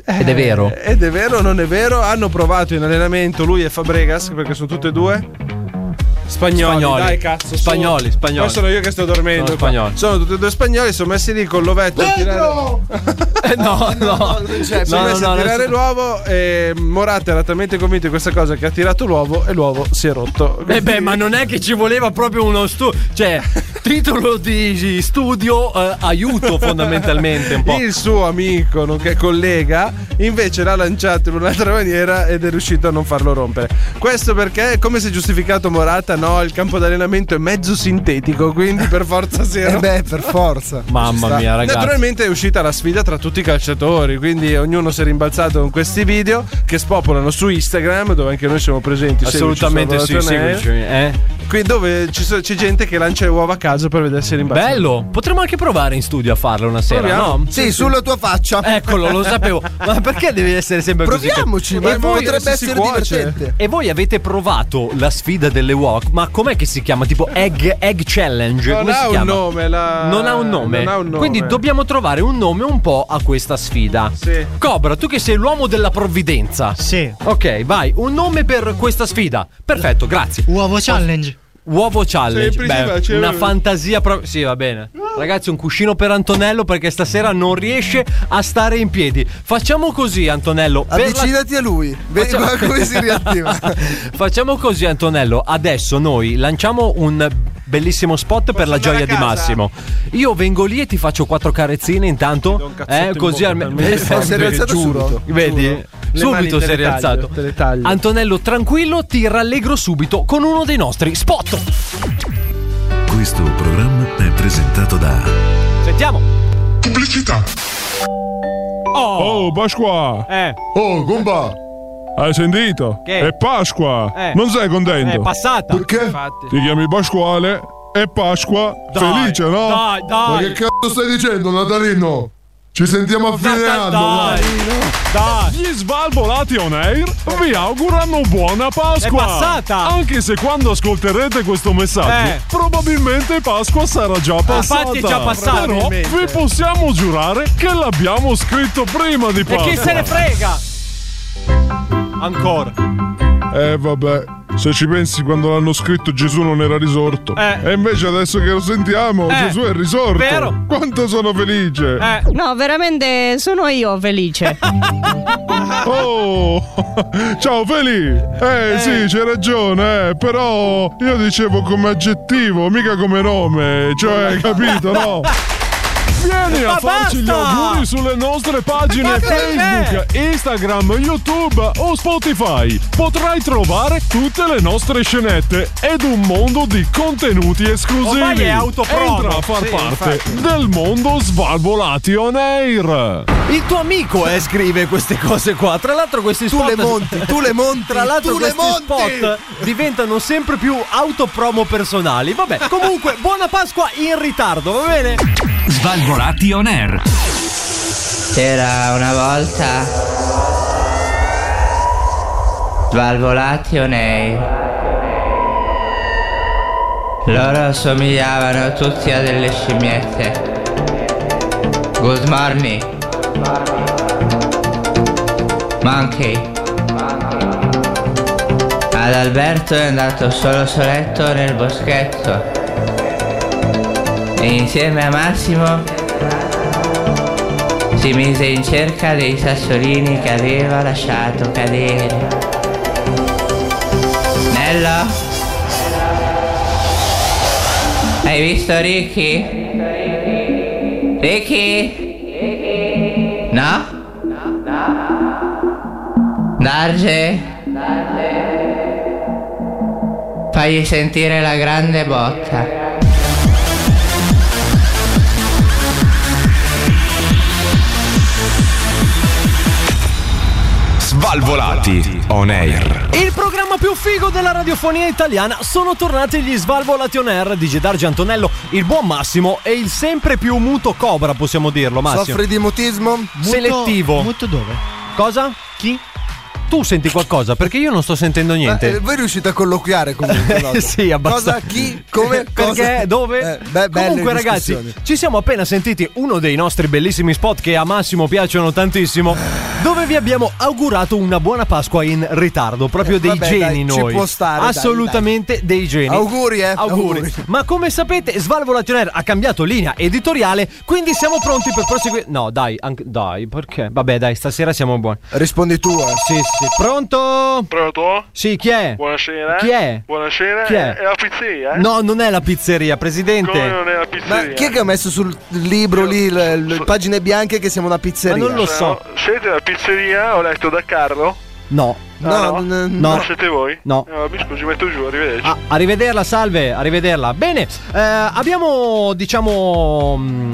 Speaker 9: Ed è vero.
Speaker 8: Ed è vero o non è vero? Hanno provato in allenamento lui e Fabregas, perché sono tutte e due. Spagnoli,
Speaker 9: Spagnoli.
Speaker 8: dai cazzo. su.
Speaker 9: Spagnoli, spagnoli.
Speaker 8: Poi sono io che sto dormendo.
Speaker 9: Sono
Speaker 8: qua.
Speaker 9: spagnoli.
Speaker 8: Sono tutti e due spagnoli, sono messi lì con l'ovetto. a tirare-
Speaker 9: Eh, No, no.
Speaker 8: sono messi a Cioè, tirare
Speaker 9: adesso-
Speaker 8: l'uovo e Morata era talmente convinto di questa cosa che ha tirato l'uovo e l'uovo si è rotto.
Speaker 9: Eh beh, ma non è che ci voleva proprio uno studio, cioè titolo di studio eh,
Speaker 8: [laughs]
Speaker 9: aiuto fondamentalmente un po'.
Speaker 8: Il suo amico, nonché collega, invece l'ha lanciato in un'altra maniera ed è riuscito a non farlo rompere. Questo perché, come si è giustificato Morata, no, il campo d'allenamento è mezzo sintetico, quindi per forza
Speaker 9: [laughs]
Speaker 8: si è
Speaker 5: Eh
Speaker 8: rotto.
Speaker 5: beh, per forza.
Speaker 9: Mamma mia, ragazzi.
Speaker 8: Naturalmente è uscita la sfida tra tutti i calciatori, quindi ognuno si è rimbalzato con questi video che spopolano su Instagram, dove anche noi siamo presenti.
Speaker 9: Assolutamente sì,
Speaker 8: seguici, Salvatore
Speaker 9: seguici, eh.
Speaker 8: Nel, Qui dove ci so- c'è gente che lancia le uova a caso per vedersi rimbalzare.
Speaker 9: Bello, potremmo anche provare in studio a farlo una sera,
Speaker 8: Proviamo.
Speaker 9: no?
Speaker 5: Sì, sulla tua faccia.
Speaker 9: Eccolo, lo sapevo. Ma perché devi essere sempre così?
Speaker 5: Proviamoci,
Speaker 9: E
Speaker 5: ma
Speaker 9: voi-
Speaker 5: potrebbe
Speaker 8: se si
Speaker 5: essere
Speaker 8: cuoce.
Speaker 5: divertente.
Speaker 9: E voi avete provato la sfida delle uova, ma com'è che si chiama? Tipo Egg, egg Challenge?
Speaker 8: Non
Speaker 9: Come si
Speaker 8: ha un
Speaker 9: chiama?
Speaker 8: nome. La...
Speaker 9: Non ha un nome.
Speaker 8: Non ha un nome.
Speaker 9: Quindi dobbiamo trovare un nome un po' a questa sfida.
Speaker 8: Sì.
Speaker 9: Cobra, tu che sei l'uomo della provvidenza.
Speaker 10: Sì.
Speaker 9: Ok, vai, un nome per questa sfida. Perfetto, grazie.
Speaker 10: Uovo challenge.
Speaker 9: Uovo challenge.
Speaker 8: Semplice,
Speaker 9: Beh,
Speaker 8: facile.
Speaker 9: una fantasia proprio. Sì, va bene. Ragazzi, un cuscino per Antonello perché stasera non riesce a stare in piedi. Facciamo così, Antonello. per la- cioè,
Speaker 5: Avvicinati a lui, vedi
Speaker 9: Facciamo-
Speaker 5: guarda [laughs] come
Speaker 9: [laughs]
Speaker 5: si riattiva.
Speaker 9: Facciamo così, Antonello. Adesso noi lanciamo un bellissimo spot per la
Speaker 8: andare
Speaker 9: gioia
Speaker 8: a
Speaker 9: di
Speaker 8: casa?
Speaker 9: Massimo. Io vengo lì e ti faccio quattro carezzine
Speaker 8: do
Speaker 9: intanto.
Speaker 8: un
Speaker 9: Eh,
Speaker 8: cazzetto in
Speaker 9: così Eh,
Speaker 8: bocca
Speaker 9: almeno.
Speaker 8: per me.
Speaker 5: Sono
Speaker 9: Sempre,
Speaker 5: rialzato
Speaker 9: giuro.
Speaker 5: subito,
Speaker 9: Vedi?
Speaker 8: Le
Speaker 9: Subito
Speaker 8: mani te
Speaker 9: sei
Speaker 8: le taglio,
Speaker 9: rialzato.
Speaker 8: te le taglio.
Speaker 9: Antonello, tranquillo, ti rallegro subito con uno dei nostri spot.
Speaker 1: Questo programma è presentato da
Speaker 9: Sentiamo.
Speaker 4: Pubblicità.
Speaker 9: Oh,
Speaker 4: Oh, Pasqua!
Speaker 9: eh,
Speaker 12: Oh, Gumba,
Speaker 4: Hai sentito?
Speaker 9: Che?
Speaker 4: È Pasqua!
Speaker 9: Eh.
Speaker 4: Non sei
Speaker 9: è
Speaker 4: contento?
Speaker 9: passata.
Speaker 12: perché?
Speaker 4: Ti chiami Pasquale? È Pasqua!
Speaker 9: Dai,
Speaker 4: Felice, no?
Speaker 9: Dai,
Speaker 12: Ma
Speaker 9: dai.
Speaker 12: che cazzo stai dicendo, Natalino? Ci sentiamo a fine
Speaker 9: Dai,
Speaker 12: anno.
Speaker 9: dai, dai.
Speaker 4: Gli svalvolati on air vi augurano buona Pasqua!
Speaker 9: È passata!
Speaker 4: Anche se quando ascolterete questo messaggio,
Speaker 9: Eh.
Speaker 4: probabilmente Pasqua sarà già passata.
Speaker 9: infatti è già passata.
Speaker 4: Però vi possiamo giurare che l'abbiamo scritto prima di
Speaker 9: E
Speaker 4: Pasqua.
Speaker 9: chi se ne frega? Ancora.
Speaker 12: Eh vabbè,
Speaker 13: Se ci pensi, quando l'hanno scritto Gesù non era risorto.
Speaker 9: Eh.
Speaker 13: E invece adesso che lo sentiamo, Gesù è risorto.
Speaker 14: Vero.
Speaker 13: Quanto sono felice.
Speaker 9: Eh.
Speaker 14: No, veramente sono io felice.
Speaker 13: [laughs] Oh, ciao Feli! Eh, sì, c'hai ragione, eh, però io dicevo come aggettivo, mica come nome, cioè, capito, [laughs] no?
Speaker 4: Vieni a
Speaker 13: Ma
Speaker 4: farci gli
Speaker 13: basta!
Speaker 4: auguri sulle nostre pagine
Speaker 13: Ma perché?
Speaker 4: Facebook, Instagram, YouTube o Spotify. Potrai trovare tutte le nostre scenette ed un mondo di contenuti esclusivi.
Speaker 9: Ormai è autopromo.
Speaker 4: Entra a far
Speaker 9: Sì,
Speaker 4: parte
Speaker 9: infatti.
Speaker 4: del mondo Svalvolati on Air.
Speaker 9: Il tuo amico eh, scrive queste cose qua. Tra l'altro, questi spot.
Speaker 4: le
Speaker 9: [laughs]
Speaker 4: monti,
Speaker 5: tu le monti,
Speaker 9: Tra l'altro,
Speaker 5: tu le
Speaker 9: questi
Speaker 5: monti!
Speaker 9: spot diventano sempre più autopromo personali.
Speaker 5: [laughs]
Speaker 9: Vabbè, comunque, buona Pasqua in ritardo, va bene?
Speaker 7: Svalvolati on air.
Speaker 15: C'era una volta Svalvolati o nei Loro somigliavano tutti a delle scimmiette Good morning Monkey Ad Alberto è andato solo soletto nel boschetto E insieme a Massimo si mise in cerca dei sassolini che aveva lasciato cadere. Nello? Hai visto Ricky? Ricky? No? Darge? Fagli sentire la grande botta.
Speaker 16: Svalvolati on air.
Speaker 9: Il programma più figo della radiofonia italiana sono tornati gli Svalvolati on air di Gedargi Antonello, il buon Massimo e il sempre più muto Cobra, possiamo dirlo, Oh, Massimo.
Speaker 5: Soffri di mutismo?
Speaker 9: Selettivo.
Speaker 10: Molto dove?
Speaker 9: Cosa?
Speaker 10: Chi?
Speaker 9: Tu senti qualcosa? Perché io non sto sentendo niente.
Speaker 5: Eh, voi riuscite a colloquiare
Speaker 9: [laughs]
Speaker 5: comunque? no?
Speaker 9: sì, abbastanza.
Speaker 5: Cosa, chi, come,
Speaker 9: [laughs] Perché,
Speaker 5: cosa?
Speaker 9: dove?
Speaker 5: Eh, beh, belle
Speaker 9: Comunque,
Speaker 5: discussioni.
Speaker 9: ragazzi, ci siamo appena sentiti uno dei nostri bellissimi spot che a Massimo piacciono
Speaker 5: [sighs]
Speaker 9: tantissimo. Dove vi abbiamo augurato una buona Pasqua in ritardo, proprio
Speaker 5: Eh,
Speaker 9: dei
Speaker 5: vabbè,
Speaker 9: geni
Speaker 5: dai,
Speaker 9: noi.
Speaker 5: ci può stare, dai,
Speaker 9: Assolutamente dei geni.
Speaker 5: Auguri, eh,
Speaker 9: Auguri.
Speaker 5: auguri.
Speaker 9: Ma come sapete, Svalvolationer ha cambiato linea editoriale, quindi siamo pronti per proseguire. No, dai, anche- dai, perché? Vabbè, dai, stasera siamo buoni.
Speaker 5: Rispondi tu, eh.
Speaker 9: Sì, sì. Pronto?
Speaker 17: Pronto?
Speaker 9: Sì, chi è?
Speaker 17: Buonasera.
Speaker 9: Chi è?
Speaker 17: Buonasera.
Speaker 9: Chi è?
Speaker 17: È la pizzeria, eh?
Speaker 9: No, non è la pizzeria, presidente.
Speaker 17: Come non è la pizzeria?
Speaker 5: Ma chi è che ha messo sul libro lì le, le pagine bianche che siamo una pizzeria?
Speaker 17: Sono- Siete la pizzeria? Ho letto da Carlo?
Speaker 9: No.
Speaker 5: No,
Speaker 17: Ah, no?
Speaker 5: n- n-
Speaker 9: no.
Speaker 17: Siete voi?
Speaker 9: No.
Speaker 17: Eh, mi scusi, metto giù, arrivederci.
Speaker 9: Ah, arrivederla, salve, arrivederla. Bene, eh, abbiamo, diciamo. mm,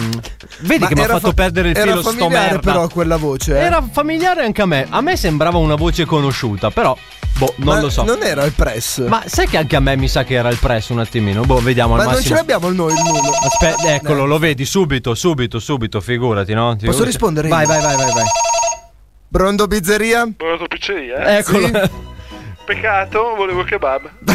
Speaker 9: vedi
Speaker 5: Ma
Speaker 9: che mi ha
Speaker 5: era
Speaker 9: fatto
Speaker 5: fa-
Speaker 9: perdere il
Speaker 5: era
Speaker 9: filo sto
Speaker 5: familiare
Speaker 9: merda.
Speaker 5: però quella voce, eh.
Speaker 9: Era familiare anche a me. A me sembrava una voce conosciuta, però. Boh, non
Speaker 5: Ma
Speaker 9: lo so.
Speaker 5: non era il press.
Speaker 9: Ma sai che anche a me mi sa che era il press un attimino. Boh, vediamo
Speaker 5: Ma
Speaker 9: al
Speaker 5: non ce
Speaker 9: massimo.
Speaker 5: l'abbiamo il noi il nulla.
Speaker 9: Aspetta, eccolo, lo vedi subito, subito, subito, figurati, no? Ti-
Speaker 5: Posso rispondere?
Speaker 9: Vai,
Speaker 5: io?
Speaker 9: vai, vai, vai, vai.
Speaker 5: Brondo pizzeria?
Speaker 17: Buonato pizzeria? eh?
Speaker 5: [laughs]
Speaker 9: Eccolo.
Speaker 17: [laughs] Peccato, volevo kebab.
Speaker 9: [laughs]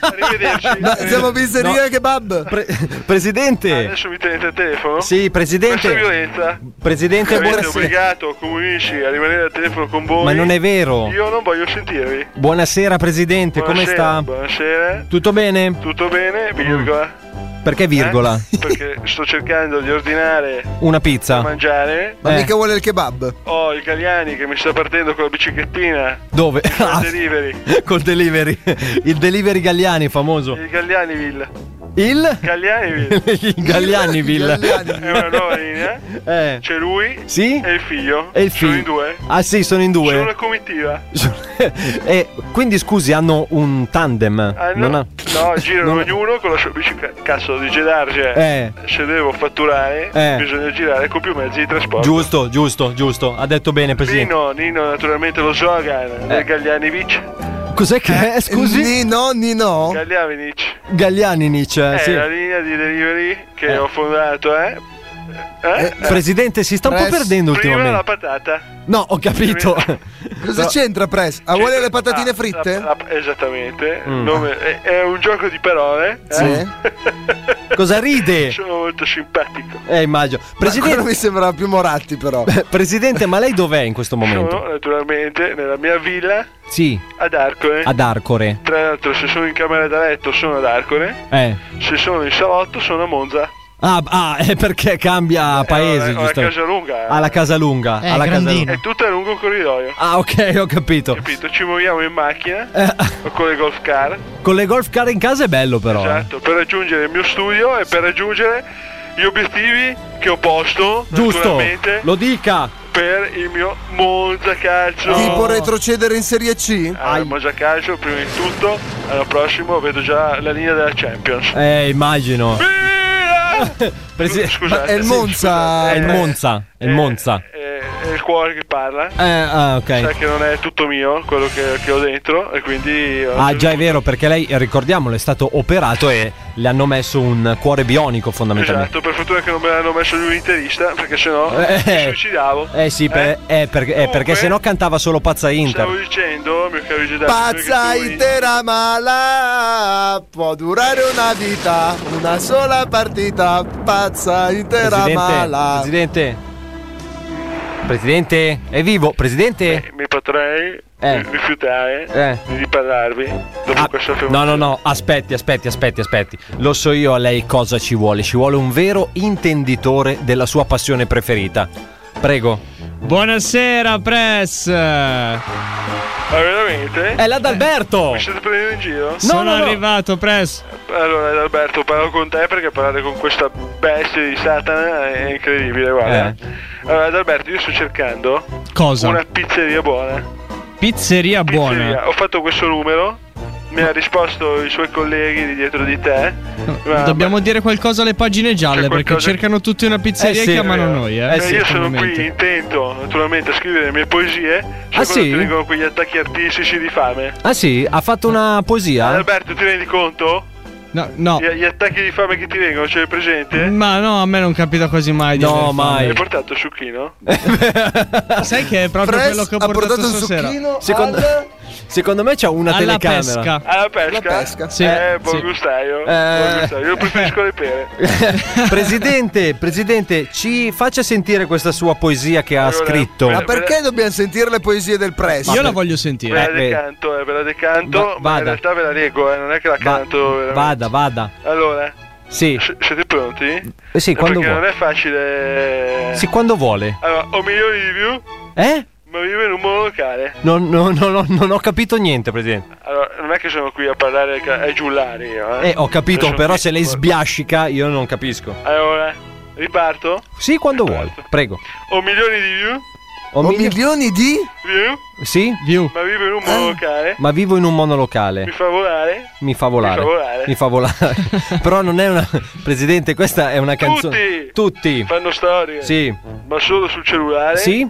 Speaker 17: arrivederci.
Speaker 5: Ma siamo pizzeria e kebab?
Speaker 9: Presidente.
Speaker 17: Adesso mi tenete al telefono?
Speaker 9: Sì, presidente.
Speaker 17: Questa è violenza.
Speaker 9: Presidente,
Speaker 17: Mi avete
Speaker 9: buonasera.
Speaker 17: obbligato comunici a rimanere al telefono con voi.
Speaker 9: Ma non è vero.
Speaker 17: Io non voglio sentirvi.
Speaker 9: Buonasera presidente, come
Speaker 17: Buonasera,
Speaker 9: sta?
Speaker 17: Buonasera.
Speaker 9: Tutto bene?
Speaker 17: Tutto bene, virgola.
Speaker 9: Perché virgola?
Speaker 17: Eh? Perché sto cercando di ordinare
Speaker 9: Una
Speaker 17: da
Speaker 9: pizza.
Speaker 17: mangiare.
Speaker 5: Ma
Speaker 9: Eh.
Speaker 5: mica vuole il kebab?
Speaker 17: Ho il Galiani che mi sta partendo con la biciclettina.
Speaker 9: Dove? Ah,
Speaker 17: Il delivery.
Speaker 9: [laughs] Col delivery. Il delivery Galliani famoso.
Speaker 17: Il Gallianiville.
Speaker 9: Il?
Speaker 17: Gallianiville.
Speaker 9: Il Gallianiville.
Speaker 17: È una nuova linea.
Speaker 9: Eh.
Speaker 17: C'è lui
Speaker 9: Sì?
Speaker 17: e il figlio.
Speaker 9: E il
Speaker 17: Sono
Speaker 9: figlio.
Speaker 17: in due.
Speaker 9: Ah sì, sono in
Speaker 17: Sono una
Speaker 9: due.
Speaker 17: comitiva.
Speaker 9: [laughs] e quindi scusi, hanno un tandem.
Speaker 17: Ah, no,
Speaker 9: Non ha-
Speaker 17: no, girano
Speaker 9: non-
Speaker 17: ognuno con la sua bicicletta. Cazzo, dice Darge.
Speaker 9: Eh.
Speaker 17: Se devo fatturare,
Speaker 9: Eh.
Speaker 17: bisogna girare con più mezzi di trasporto.
Speaker 9: Giusto, giusto, giusto. Ha detto bene, presidente.
Speaker 17: Nino, Nino, naturalmente lo
Speaker 9: Eh.
Speaker 17: slogan del Gallianivic.
Speaker 9: Cos'è che è? Scusi?
Speaker 5: Eh, Nino, Nino.
Speaker 17: Gallianivic.
Speaker 9: Galliani Nietzsche,
Speaker 17: è
Speaker 9: Eh, sì. Eh.
Speaker 17: la linea di delivery che ho fondato, eh? Eh?
Speaker 9: Presidente, si sta un po'
Speaker 17: Press.
Speaker 9: perdendo
Speaker 17: Prima la
Speaker 9: ultimamente.
Speaker 17: patata.
Speaker 9: No, ho capito. [laughs]
Speaker 5: Cosa
Speaker 9: No.
Speaker 5: c'entra, Press? A vuole le patatine
Speaker 17: Ah,
Speaker 5: fritte?
Speaker 17: la- la- esattamente.
Speaker 9: Mm.
Speaker 17: Nome- è, è un gioco di parole. eh? [laughs]
Speaker 5: Sì.
Speaker 9: Cosa ride?
Speaker 17: Sono molto simpatico.
Speaker 9: Eh, immagino.
Speaker 5: Quello
Speaker 9: Presidente,
Speaker 5: mi sembrava più Moratti, però.
Speaker 9: [laughs] Presidente, ma lei dov'è in questo momento?
Speaker 17: Sono naturalmente nella mia villa
Speaker 9: Sì,
Speaker 17: ad Arcole.
Speaker 9: ad Arcore.
Speaker 17: Tra l'altro, se sono in camera da letto, sono ad Arcole.
Speaker 9: Eh.
Speaker 17: Se sono in salotto, sono a Monza.
Speaker 9: Ah, ah, è perché cambia paese,
Speaker 17: ho la
Speaker 9: giusto?
Speaker 17: casa lunga.
Speaker 9: Alla casa lunga.
Speaker 17: Eh,
Speaker 9: alla casa
Speaker 17: È tutto a lungo un corridoio.
Speaker 9: lunga. Eh, Ah, Eh. ok, ho capito.
Speaker 17: Capito? Ci muoviamo in macchina o con le golf car
Speaker 9: Con le golf car in casa è bello, però. eh.
Speaker 17: esatto, per raggiungere il mio studio e per raggiungere gli obiettivi che ho posto
Speaker 9: Giusto,
Speaker 17: naturalmente,
Speaker 9: lo dica.
Speaker 17: per il mio Monza Calcio.
Speaker 9: Oh.
Speaker 5: Tipo retrocedere in Serie C?
Speaker 9: Esatto,
Speaker 17: Allora, Monza Calcio, prima di tutto, all'anno prossimo vedo già la linea della Champions.
Speaker 9: Eh, immagino. [laughs] Presi-
Speaker 5: è
Speaker 17: Scusate,
Speaker 5: il
Speaker 17: sì,
Speaker 5: Monza.
Speaker 17: scusate.
Speaker 9: È il
Speaker 17: Eh,
Speaker 9: Monza. È il Monza.
Speaker 17: È, è il cuore che parla.
Speaker 9: Eh, ah,
Speaker 17: Sai
Speaker 9: ok.
Speaker 17: che non è tutto mio quello che, che ho dentro e quindi... ho
Speaker 9: Ah, già è vero, perché lei, ricordiamolo, è stato operato e le hanno messo un cuore bionico fondamentalmente.
Speaker 17: Esatto, per fortuna che non me l'hanno messo lui interista, perché sennò
Speaker 9: Eh.
Speaker 17: mi suicidavo.
Speaker 9: Eh sì, per- eh, perché, eh, perché sennò cantava solo pazza
Speaker 17: Stavo
Speaker 9: Inter.
Speaker 17: dicendo, mio caro Gedario,
Speaker 5: Pazza
Speaker 17: che tu-
Speaker 5: intera mala può durare una vita, una sola partita. Pazza intera mala.
Speaker 9: Presidente, presidente, presidente, è vivo, presidente.
Speaker 17: Mi potrei
Speaker 9: Eh.
Speaker 17: rifiutare
Speaker 9: Eh. Ah,
Speaker 17: di parlarvi dopo questa
Speaker 9: No,
Speaker 17: fermata.
Speaker 9: no, no, aspetti, aspetti, aspetti, aspetti. Lo so io a lei cosa ci vuole. Ci vuole un vero intenditore della sua passione preferita. Prego.
Speaker 18: Buonasera, Press.
Speaker 9: Ah,
Speaker 17: Ma Ah, veramente?
Speaker 9: È l'Adalberto!
Speaker 17: Mi state prendendo in giro?
Speaker 18: Sono arrivato, Press.
Speaker 17: Allora, Alberto, parlo con te perché parlare con questa bestia di Satana è incredibile,
Speaker 9: Eh.
Speaker 17: guarda. Allora, Alberto, io sto cercando
Speaker 18: Cosa?
Speaker 17: una pizzeria buona.
Speaker 18: Pizzeria buona.
Speaker 17: Ho fatto questo numero, mi ha risposto i suoi colleghi di dietro di te. ma-
Speaker 18: Dobbiamo dire qualcosa alle pagine gialle perché
Speaker 17: qualcosa-
Speaker 18: cercano tutti una
Speaker 9: Eh
Speaker 18: pizzeria e chiamano noi. Eh,
Speaker 17: io sono qui intento naturalmente a scrivere le mie poesie. Sai
Speaker 9: Ah,
Speaker 17: quando
Speaker 9: sì?
Speaker 17: ti vengono quegli attacchi artistici di
Speaker 18: Eh?
Speaker 17: fame.
Speaker 9: Ah sì, ha fatto una poesia?
Speaker 17: Alberto, ti rendi conto?
Speaker 18: No, no.
Speaker 17: Gli, gli attacchi di fame che ti vengono, ce l'hai presente?
Speaker 18: Ma no, a me non capita quasi mai. di aver fame.
Speaker 17: Hai portato succhino?
Speaker 18: [laughs] Sai che è proprio quello che ho portato, stasera.
Speaker 9: Secondo, [laughs] secondo me c'ha una
Speaker 18: Alla
Speaker 9: telecamera.
Speaker 18: pesca.
Speaker 17: Alla pesca?
Speaker 9: Sì.
Speaker 17: Eh, buon
Speaker 9: Sì.
Speaker 17: gustaio.
Speaker 9: Eh.
Speaker 17: Buon gustaio. Io preferisco le pere.
Speaker 9: [laughs] presidente, presidente, ci faccia sentire questa sua poesia che ha
Speaker 17: Allora,
Speaker 9: scritto.
Speaker 5: Ma perché dobbiamo sentire le poesie del Press?
Speaker 18: Io la voglio sentire.
Speaker 17: Ve la
Speaker 9: Eh, beh.
Speaker 17: decanto, eh, ve la decanto,
Speaker 9: Va-
Speaker 17: ma
Speaker 9: vada.
Speaker 17: in realtà ve la leggo, eh, non è che la canto. veramente.
Speaker 9: Vada, vada.
Speaker 17: Allora,
Speaker 9: Sì.
Speaker 17: s- siete pronti?
Speaker 9: Eh sì,
Speaker 17: Eh,
Speaker 9: quando
Speaker 17: Perché
Speaker 9: vuole.
Speaker 17: non è facile. eh.
Speaker 9: Sì, quando
Speaker 5: Eh.
Speaker 9: vuole.
Speaker 17: Allora, ho milioni di view,
Speaker 9: Eh?
Speaker 17: ma vivo in un monolocale.
Speaker 9: Non, non- non- non- non ho capito niente, presidente.
Speaker 17: Allora, non è che sono qui a parlare ai ca- ai giullari. io, Eh,
Speaker 9: Eh, ho
Speaker 17: Io
Speaker 9: capito,
Speaker 17: sono
Speaker 9: però
Speaker 17: qui-
Speaker 9: se lei sbiascica io non capisco.
Speaker 17: Allora, riparto.
Speaker 9: Sì, quando vuole. Prego.
Speaker 17: Ho milioni di view,
Speaker 9: Ho mili-
Speaker 5: Milioni di?
Speaker 17: view,
Speaker 9: Sì? Ah.
Speaker 17: ma vivo in un monolocale.
Speaker 9: Ma vivo in un monolocale.
Speaker 17: Mi fa volare.
Speaker 9: Mi fa volare.
Speaker 17: Mi fa volare.
Speaker 9: Mi fa volare. Però
Speaker 17: [laughs]
Speaker 9: non è una. Presidente, questa è una canzone. Tutti.
Speaker 17: Fanno storie.
Speaker 9: Sì.
Speaker 17: Ma solo sul cellulare.
Speaker 9: Sì?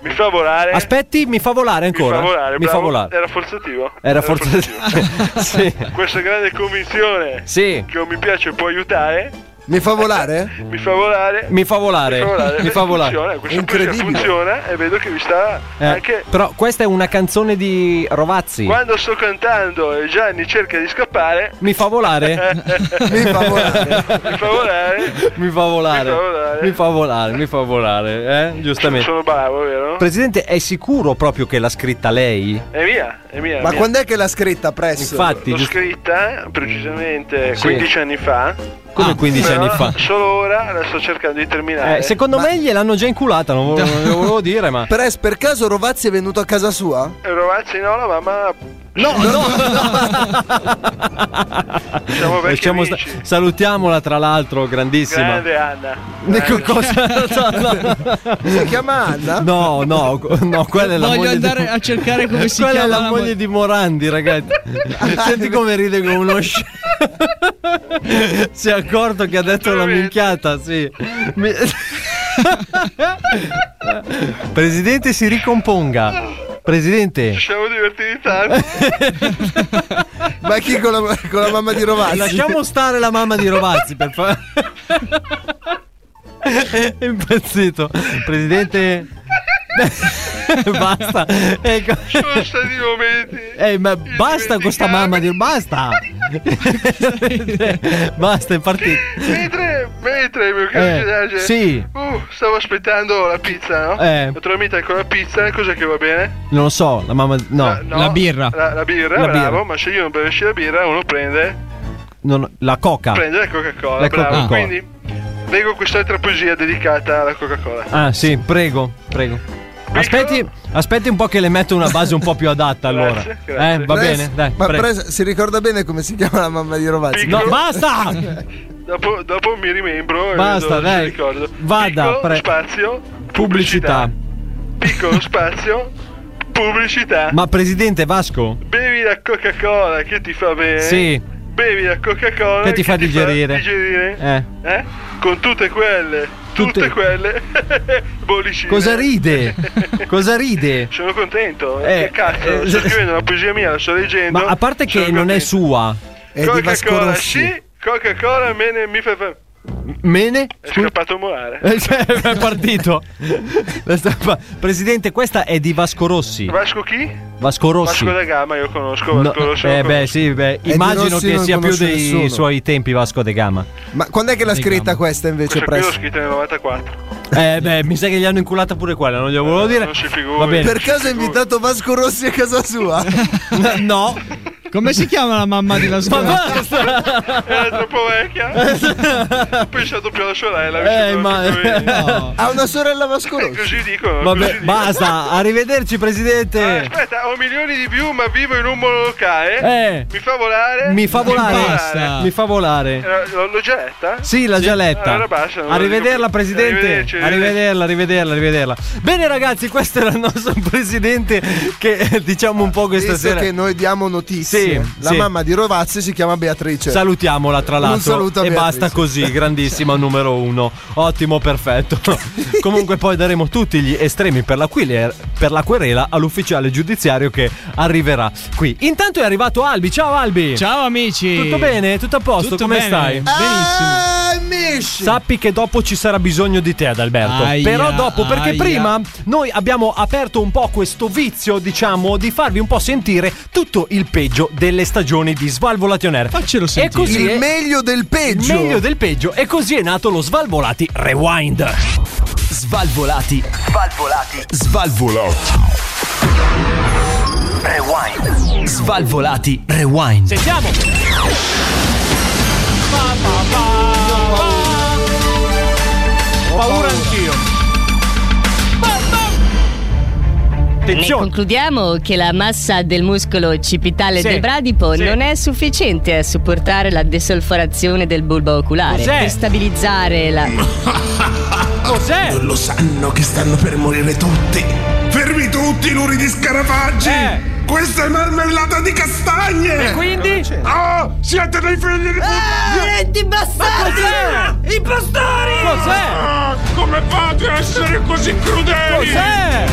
Speaker 17: Mi fa volare.
Speaker 9: Aspetti, mi fa volare ancora.
Speaker 17: Mi fa volare,
Speaker 9: Mi fa
Speaker 17: bravo.
Speaker 9: volare.
Speaker 17: Era forzativo.
Speaker 9: Era forse. [laughs] sì.
Speaker 17: Questa grande convinzione
Speaker 9: Sì.
Speaker 17: che un mi piace può aiutare,
Speaker 5: Mi fa volare?
Speaker 17: mi fa volare.
Speaker 9: Mi fa volare.
Speaker 17: Mi fa volare.
Speaker 9: Mi fa
Speaker 17: Funziona,
Speaker 9: volare.
Speaker 17: questa poesia funziona e vedo che vi sta
Speaker 9: Eh,
Speaker 17: anche.
Speaker 9: Però questa è una canzone di Rovazzi.
Speaker 17: Quando sto cantando e Gianni cerca di scappare, eh,
Speaker 9: Mi fa volare.
Speaker 5: mi fa volare.
Speaker 17: mi fa volare.
Speaker 9: [laughs] Mi fa volare.
Speaker 17: Eh,
Speaker 9: Mi
Speaker 17: Mi fa volare.
Speaker 9: fa volare. Mi fa volare. Eh? Giustamente.
Speaker 17: Sono bravo, Eh, vero?
Speaker 9: Presidente, è sicuro proprio che l'ha scritta lei?
Speaker 17: È mia, è mia. è
Speaker 5: Ma
Speaker 17: mia.
Speaker 5: quando è che l'ha scritta Press?
Speaker 9: Infatti,
Speaker 17: L'ho
Speaker 9: giusto-
Speaker 17: scritta precisamente
Speaker 9: Sì.
Speaker 17: 15 anni fa.
Speaker 9: come 15
Speaker 17: però
Speaker 9: anni fa?
Speaker 17: Solo ora la sto cercando di terminare.
Speaker 9: Eh, secondo me gliel'hanno già inculata, non volevo, non volevo dire, ma.
Speaker 5: Press, per caso Rovazzi è venuto a casa sua?
Speaker 17: Rovazzi no, la mamma.
Speaker 9: No,
Speaker 17: Siamo vecchi
Speaker 9: Lasciamo sta-
Speaker 17: amici.
Speaker 9: salutiamola, tra l'altro, grandissima.
Speaker 17: Grande Anna.
Speaker 9: Ne- co- cosa-
Speaker 17: [laughs]
Speaker 5: Si chiama Anna?
Speaker 9: [laughs] No, no, co- no, quella è la
Speaker 18: Voglio
Speaker 9: moglie
Speaker 18: andare
Speaker 9: di...
Speaker 18: a
Speaker 9: [laughs]
Speaker 18: cercare come si
Speaker 9: Quella
Speaker 18: chiama.
Speaker 9: è la
Speaker 18: la
Speaker 9: moglie
Speaker 18: mo-
Speaker 9: di Morandi, ragazzi. Senti come ride come uno sci- Si è accorto che ha detto una minchiata, sì. Mi- [laughs] Presidente, si ricomponga. Presidente.
Speaker 17: Ci [laughs] siamo divertiti tanto.
Speaker 9: [laughs]
Speaker 5: Ma chi con la, con la mamma di Rovazzi?
Speaker 17: [laughs]
Speaker 9: Lasciamo stare la mamma di Rovazzi, per favore. È impazzito. Presidente. basta. Ecco.
Speaker 17: Basta di momenti.
Speaker 9: Eh, ma basta questa mamma di basta. basta, è partito.
Speaker 17: Mentre, mentre, mio caro
Speaker 9: Eh,
Speaker 17: Giuseppe,
Speaker 9: sì.
Speaker 17: uh, stavo aspettando la pizza, no?
Speaker 9: Eh.
Speaker 17: Naturalmente ecco la pizza, cos'è che va bene?
Speaker 9: Non lo so, la mamma no.
Speaker 17: Ah, No, La, la birra,
Speaker 9: La
Speaker 17: bravo,
Speaker 9: birra.
Speaker 17: ma se io non bevessi la birra, uno prende,
Speaker 9: Non- la coca.
Speaker 17: prende la Coca-Cola,
Speaker 9: La
Speaker 17: bravo.
Speaker 9: Coca-Cola.
Speaker 17: Quindi leggo quest'altra poesia dedicata alla Coca-Cola.
Speaker 9: Ah, sì, prego, prego. Aspetti, aspetti un po' che le metto una base un po' più adatta
Speaker 17: [laughs]
Speaker 9: allora.
Speaker 5: Grazie,
Speaker 9: Eh, va
Speaker 5: Pres-
Speaker 9: bene, dai.
Speaker 5: Ma
Speaker 9: prego.
Speaker 5: Pres si ricorda bene come si chiama la mamma di Rovazzi?
Speaker 9: No, basta!
Speaker 17: [laughs] Dopo, dopo mi rimembro
Speaker 9: Basta,
Speaker 17: e
Speaker 9: dai.
Speaker 17: mi ricordo.
Speaker 9: Vada,
Speaker 17: Piccolo
Speaker 9: pre-
Speaker 17: spazio,
Speaker 9: Pubblicità.
Speaker 17: piccolo spazio, pubblicità.
Speaker 9: Ma presidente Vasco?
Speaker 17: Bevi la Coca-Cola che ti fa bene.
Speaker 9: Sì.
Speaker 17: Bevi la Coca-Cola
Speaker 9: Che ti fa digerire.
Speaker 17: digerire.
Speaker 9: Eh.
Speaker 17: Eh? Con tutte quelle, tutte,
Speaker 9: Tutte-
Speaker 17: quelle [laughs] bollicine.
Speaker 9: Cosa
Speaker 17: [laughs]
Speaker 9: ride? Cosa ride?
Speaker 17: Sono contento.
Speaker 9: Eh,
Speaker 17: che cazzo,
Speaker 9: eh,
Speaker 17: sto scrivendo una poesia mia, la sto leggendo.
Speaker 9: Ma a parte che non è sua. eh,
Speaker 17: Coca-Cola sì, Coca-Cola me ne mi fa fa-
Speaker 9: Mene?
Speaker 17: È scappato a morare.
Speaker 9: Eh, cioè, è partito. La stampa- Presidente, questa è di Vasco Rossi.
Speaker 17: Vasco chi?
Speaker 9: [laughs] Vasco Rossi.
Speaker 17: Vasco da Gama io conosco,
Speaker 9: No,
Speaker 17: Vasco Rossi. lo
Speaker 9: eh, beh,
Speaker 17: conosco.
Speaker 9: sì, beh,
Speaker 5: È di
Speaker 9: immagino
Speaker 5: Rossi
Speaker 9: che
Speaker 5: non
Speaker 9: sia più
Speaker 5: conosce
Speaker 9: dei
Speaker 5: nessuno.
Speaker 9: suoi tempi Vasco De Gama.
Speaker 5: Ma quando è che l'ha scritta questa invece,
Speaker 17: Questa qui l'ho
Speaker 5: Pres?
Speaker 17: scritta nel 94.
Speaker 9: Eh, beh, mi sa che gli hanno inculata pure quella, non glielo volevo dire.
Speaker 17: non si Eh, figuri.
Speaker 9: Va bene.
Speaker 5: Per caso ha invitato Vasco Rossi a casa sua?
Speaker 9: [laughs] no.
Speaker 18: Come si chiama la mamma di Vasco?
Speaker 17: Era troppo
Speaker 9: [laughs]
Speaker 17: vecchia. Ho pensato più alla sorella. mi
Speaker 9: Eh,
Speaker 17: sembrava
Speaker 9: ma-
Speaker 17: più carina.
Speaker 5: Ha una sorella Vasco
Speaker 17: Eh,
Speaker 5: Rossi?
Speaker 17: Così dicono. così
Speaker 9: Vabbè,
Speaker 17: dicono. Eh,
Speaker 9: basta. eh. Arrivederci, presidente.
Speaker 17: Aspetta, ho milioni di più, ma vivo in un monolocale.
Speaker 9: Eh.
Speaker 17: Mi fa volare.
Speaker 9: Mi fa volare. Mi fa volare.
Speaker 17: Eh, L'ho l'ho già letta?
Speaker 9: Sì, la già letta.
Speaker 17: Allora basta, non lo
Speaker 9: Arrivederla,
Speaker 17: dico più. Arrivederci,
Speaker 9: presidente. Arrivederla, arrivederla, arrivederla. Bene, ragazzi, questo era il nostro [laughs] presidente. Che eh, diciamo un po' questa
Speaker 5: Visto
Speaker 9: sera.
Speaker 5: che noi diamo notizie,
Speaker 9: Sì,
Speaker 5: la
Speaker 9: sì.
Speaker 5: mamma di Rovazzi si chiama Beatrice.
Speaker 9: Salutiamola tra
Speaker 5: Un
Speaker 9: l'altro
Speaker 5: saluto a
Speaker 9: e
Speaker 5: Beatrice.
Speaker 9: basta
Speaker 5: [laughs]
Speaker 9: così, grandissima numero uno, ottimo, perfetto. Comunque poi daremo tutti gli estremi per la, quile- per la querela all'ufficiale giudiziario che arriverà qui. Intanto è arrivato Albi, ciao Albi!
Speaker 18: Ciao amici!
Speaker 9: Tutto bene? Tutto a posto?
Speaker 18: Tutto
Speaker 9: Come
Speaker 18: bene,
Speaker 9: stai?
Speaker 18: Benissimo.
Speaker 5: Amici!
Speaker 9: Sappi che dopo ci sarà bisogno di te, Adalberto.
Speaker 18: Aia,
Speaker 9: Certo. Però dopo, perché
Speaker 18: aia.
Speaker 9: prima noi abbiamo aperto un po' questo vizio, diciamo, di farvi un po' sentire tutto il peggio delle stagioni di Svalvolation Air.
Speaker 18: Faccelo
Speaker 9: E
Speaker 18: sentire.
Speaker 9: così
Speaker 5: Il
Speaker 9: è-
Speaker 5: meglio del peggio.
Speaker 9: Meglio del peggio e così è nato lo Svalvolati Rewind. Svalvolati.
Speaker 2: Svalvolati.
Speaker 9: Svalvolati.
Speaker 2: Rewind.
Speaker 9: Svalvolati Rewind. Sentiamo. Paura anch'io.
Speaker 14: Ne
Speaker 9: [laughs] Attenzione.
Speaker 14: concludiamo che la massa del muscolo occipitale
Speaker 9: Sì.
Speaker 14: del bradipo
Speaker 9: Sì.
Speaker 14: non è sufficiente a supportare la desolforazione del bulbo oculare
Speaker 9: Cos'è?
Speaker 14: per stabilizzare la
Speaker 9: Cos'è?
Speaker 19: Non lo sanno che stanno per morire tutti. Fermi tutti, luri di scarafaggi!
Speaker 9: Eh.
Speaker 19: Questa è marmellata di castagne!
Speaker 9: E quindi?
Speaker 19: Oh, siete dei figli di Eh,
Speaker 14: Violenti bastardi!
Speaker 9: Impostori! Cos'è?
Speaker 19: puttana! Ah, Come fate a essere così crudeli?
Speaker 9: Cos'è?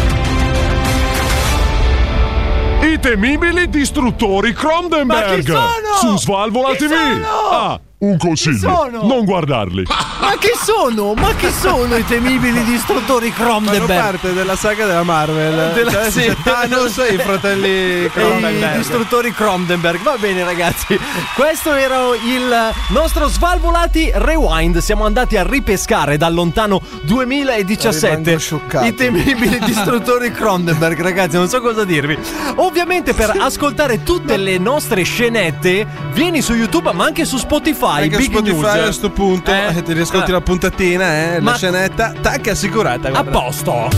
Speaker 4: I temibili distruttori Crondenberg
Speaker 9: Ma chi sono?
Speaker 4: su Svalvola
Speaker 9: Chi
Speaker 4: TV.
Speaker 9: sono?
Speaker 4: Ah,
Speaker 9: Chi
Speaker 4: un consiglio:
Speaker 9: sono?
Speaker 4: non guardarli.
Speaker 9: Ma che sono? Ma che sono i temibili distruttori
Speaker 8: Fanno
Speaker 9: Cronenberg?
Speaker 8: parte della saga della Marvel.
Speaker 9: Della-
Speaker 8: Cioè,
Speaker 9: sì.
Speaker 8: [laughs] c'è Thanos e i fratelli
Speaker 9: E I
Speaker 8: Cronenberg.
Speaker 9: distruttori Cronenberg. Va bene, ragazzi. Questo era il nostro Svalvolati Rewind. Siamo andati a ripescare dal lontano 2017
Speaker 5: Rimango scioccato.
Speaker 9: i
Speaker 8: [laughs]
Speaker 5: [laughs]
Speaker 9: temibili distruttori Cronenberg. Ragazzi, non so cosa dirvi. Ovviamente, per ascoltare tutte le nostre scenette, vieni su YouTube, ma anche su Spotify.
Speaker 8: Anche
Speaker 9: Ah, Big
Speaker 8: Spotify
Speaker 9: News. Ah.
Speaker 8: a questo punto eh, ti riascolti la puntatina, eh,
Speaker 9: Ma-
Speaker 8: la scenetta, tac, è assicurata.
Speaker 9: A
Speaker 8: guarda.
Speaker 9: posto.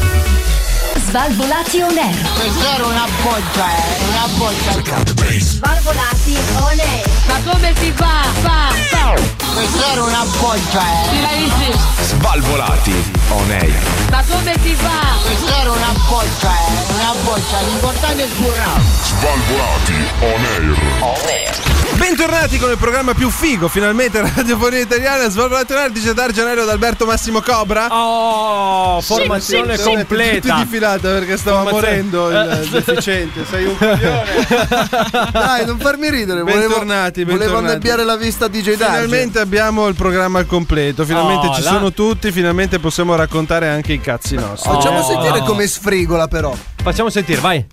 Speaker 6: Svalvolati on air.
Speaker 20: Questa era una boccia, eh, una boccia.
Speaker 6: Svalvolati on air.
Speaker 20: Ma come si fa? Fa, fa. Questa era una boccia, eh.
Speaker 16: Svalvolati on air.
Speaker 20: Ma come si fa? Questa era una boccia, eh, una boccia. L'importante è sburrare.
Speaker 1: Svalvolati on air.
Speaker 8: Bentornati con il programma più figo, finalmente [laughs] Radiofonia Italiana, Svalvolati on Air, dice Dargenello ad Alberto Massimo Cobra.
Speaker 9: Oh, formazione
Speaker 8: Sì, sì, sì. Tutti
Speaker 9: completa.
Speaker 8: di fila puntata perché stava morendo
Speaker 9: Eh,
Speaker 8: il
Speaker 9: [laughs]
Speaker 8: deficiente. Sei un coglione.
Speaker 5: Dai, non farmi ridere. Volevo,
Speaker 8: Bentornati,
Speaker 5: volevo
Speaker 8: bentornati.
Speaker 5: annebbiare la vista a DJ Darge.
Speaker 8: Finalmente abbiamo il programma al completo. Finalmente
Speaker 5: Oh,
Speaker 8: ci
Speaker 5: la-
Speaker 8: sono tutti. Finalmente possiamo raccontare anche i cazzi nostri.
Speaker 5: Facciamo sentire come sfrigola, però.
Speaker 9: Oh, Facciamo sentire, vai.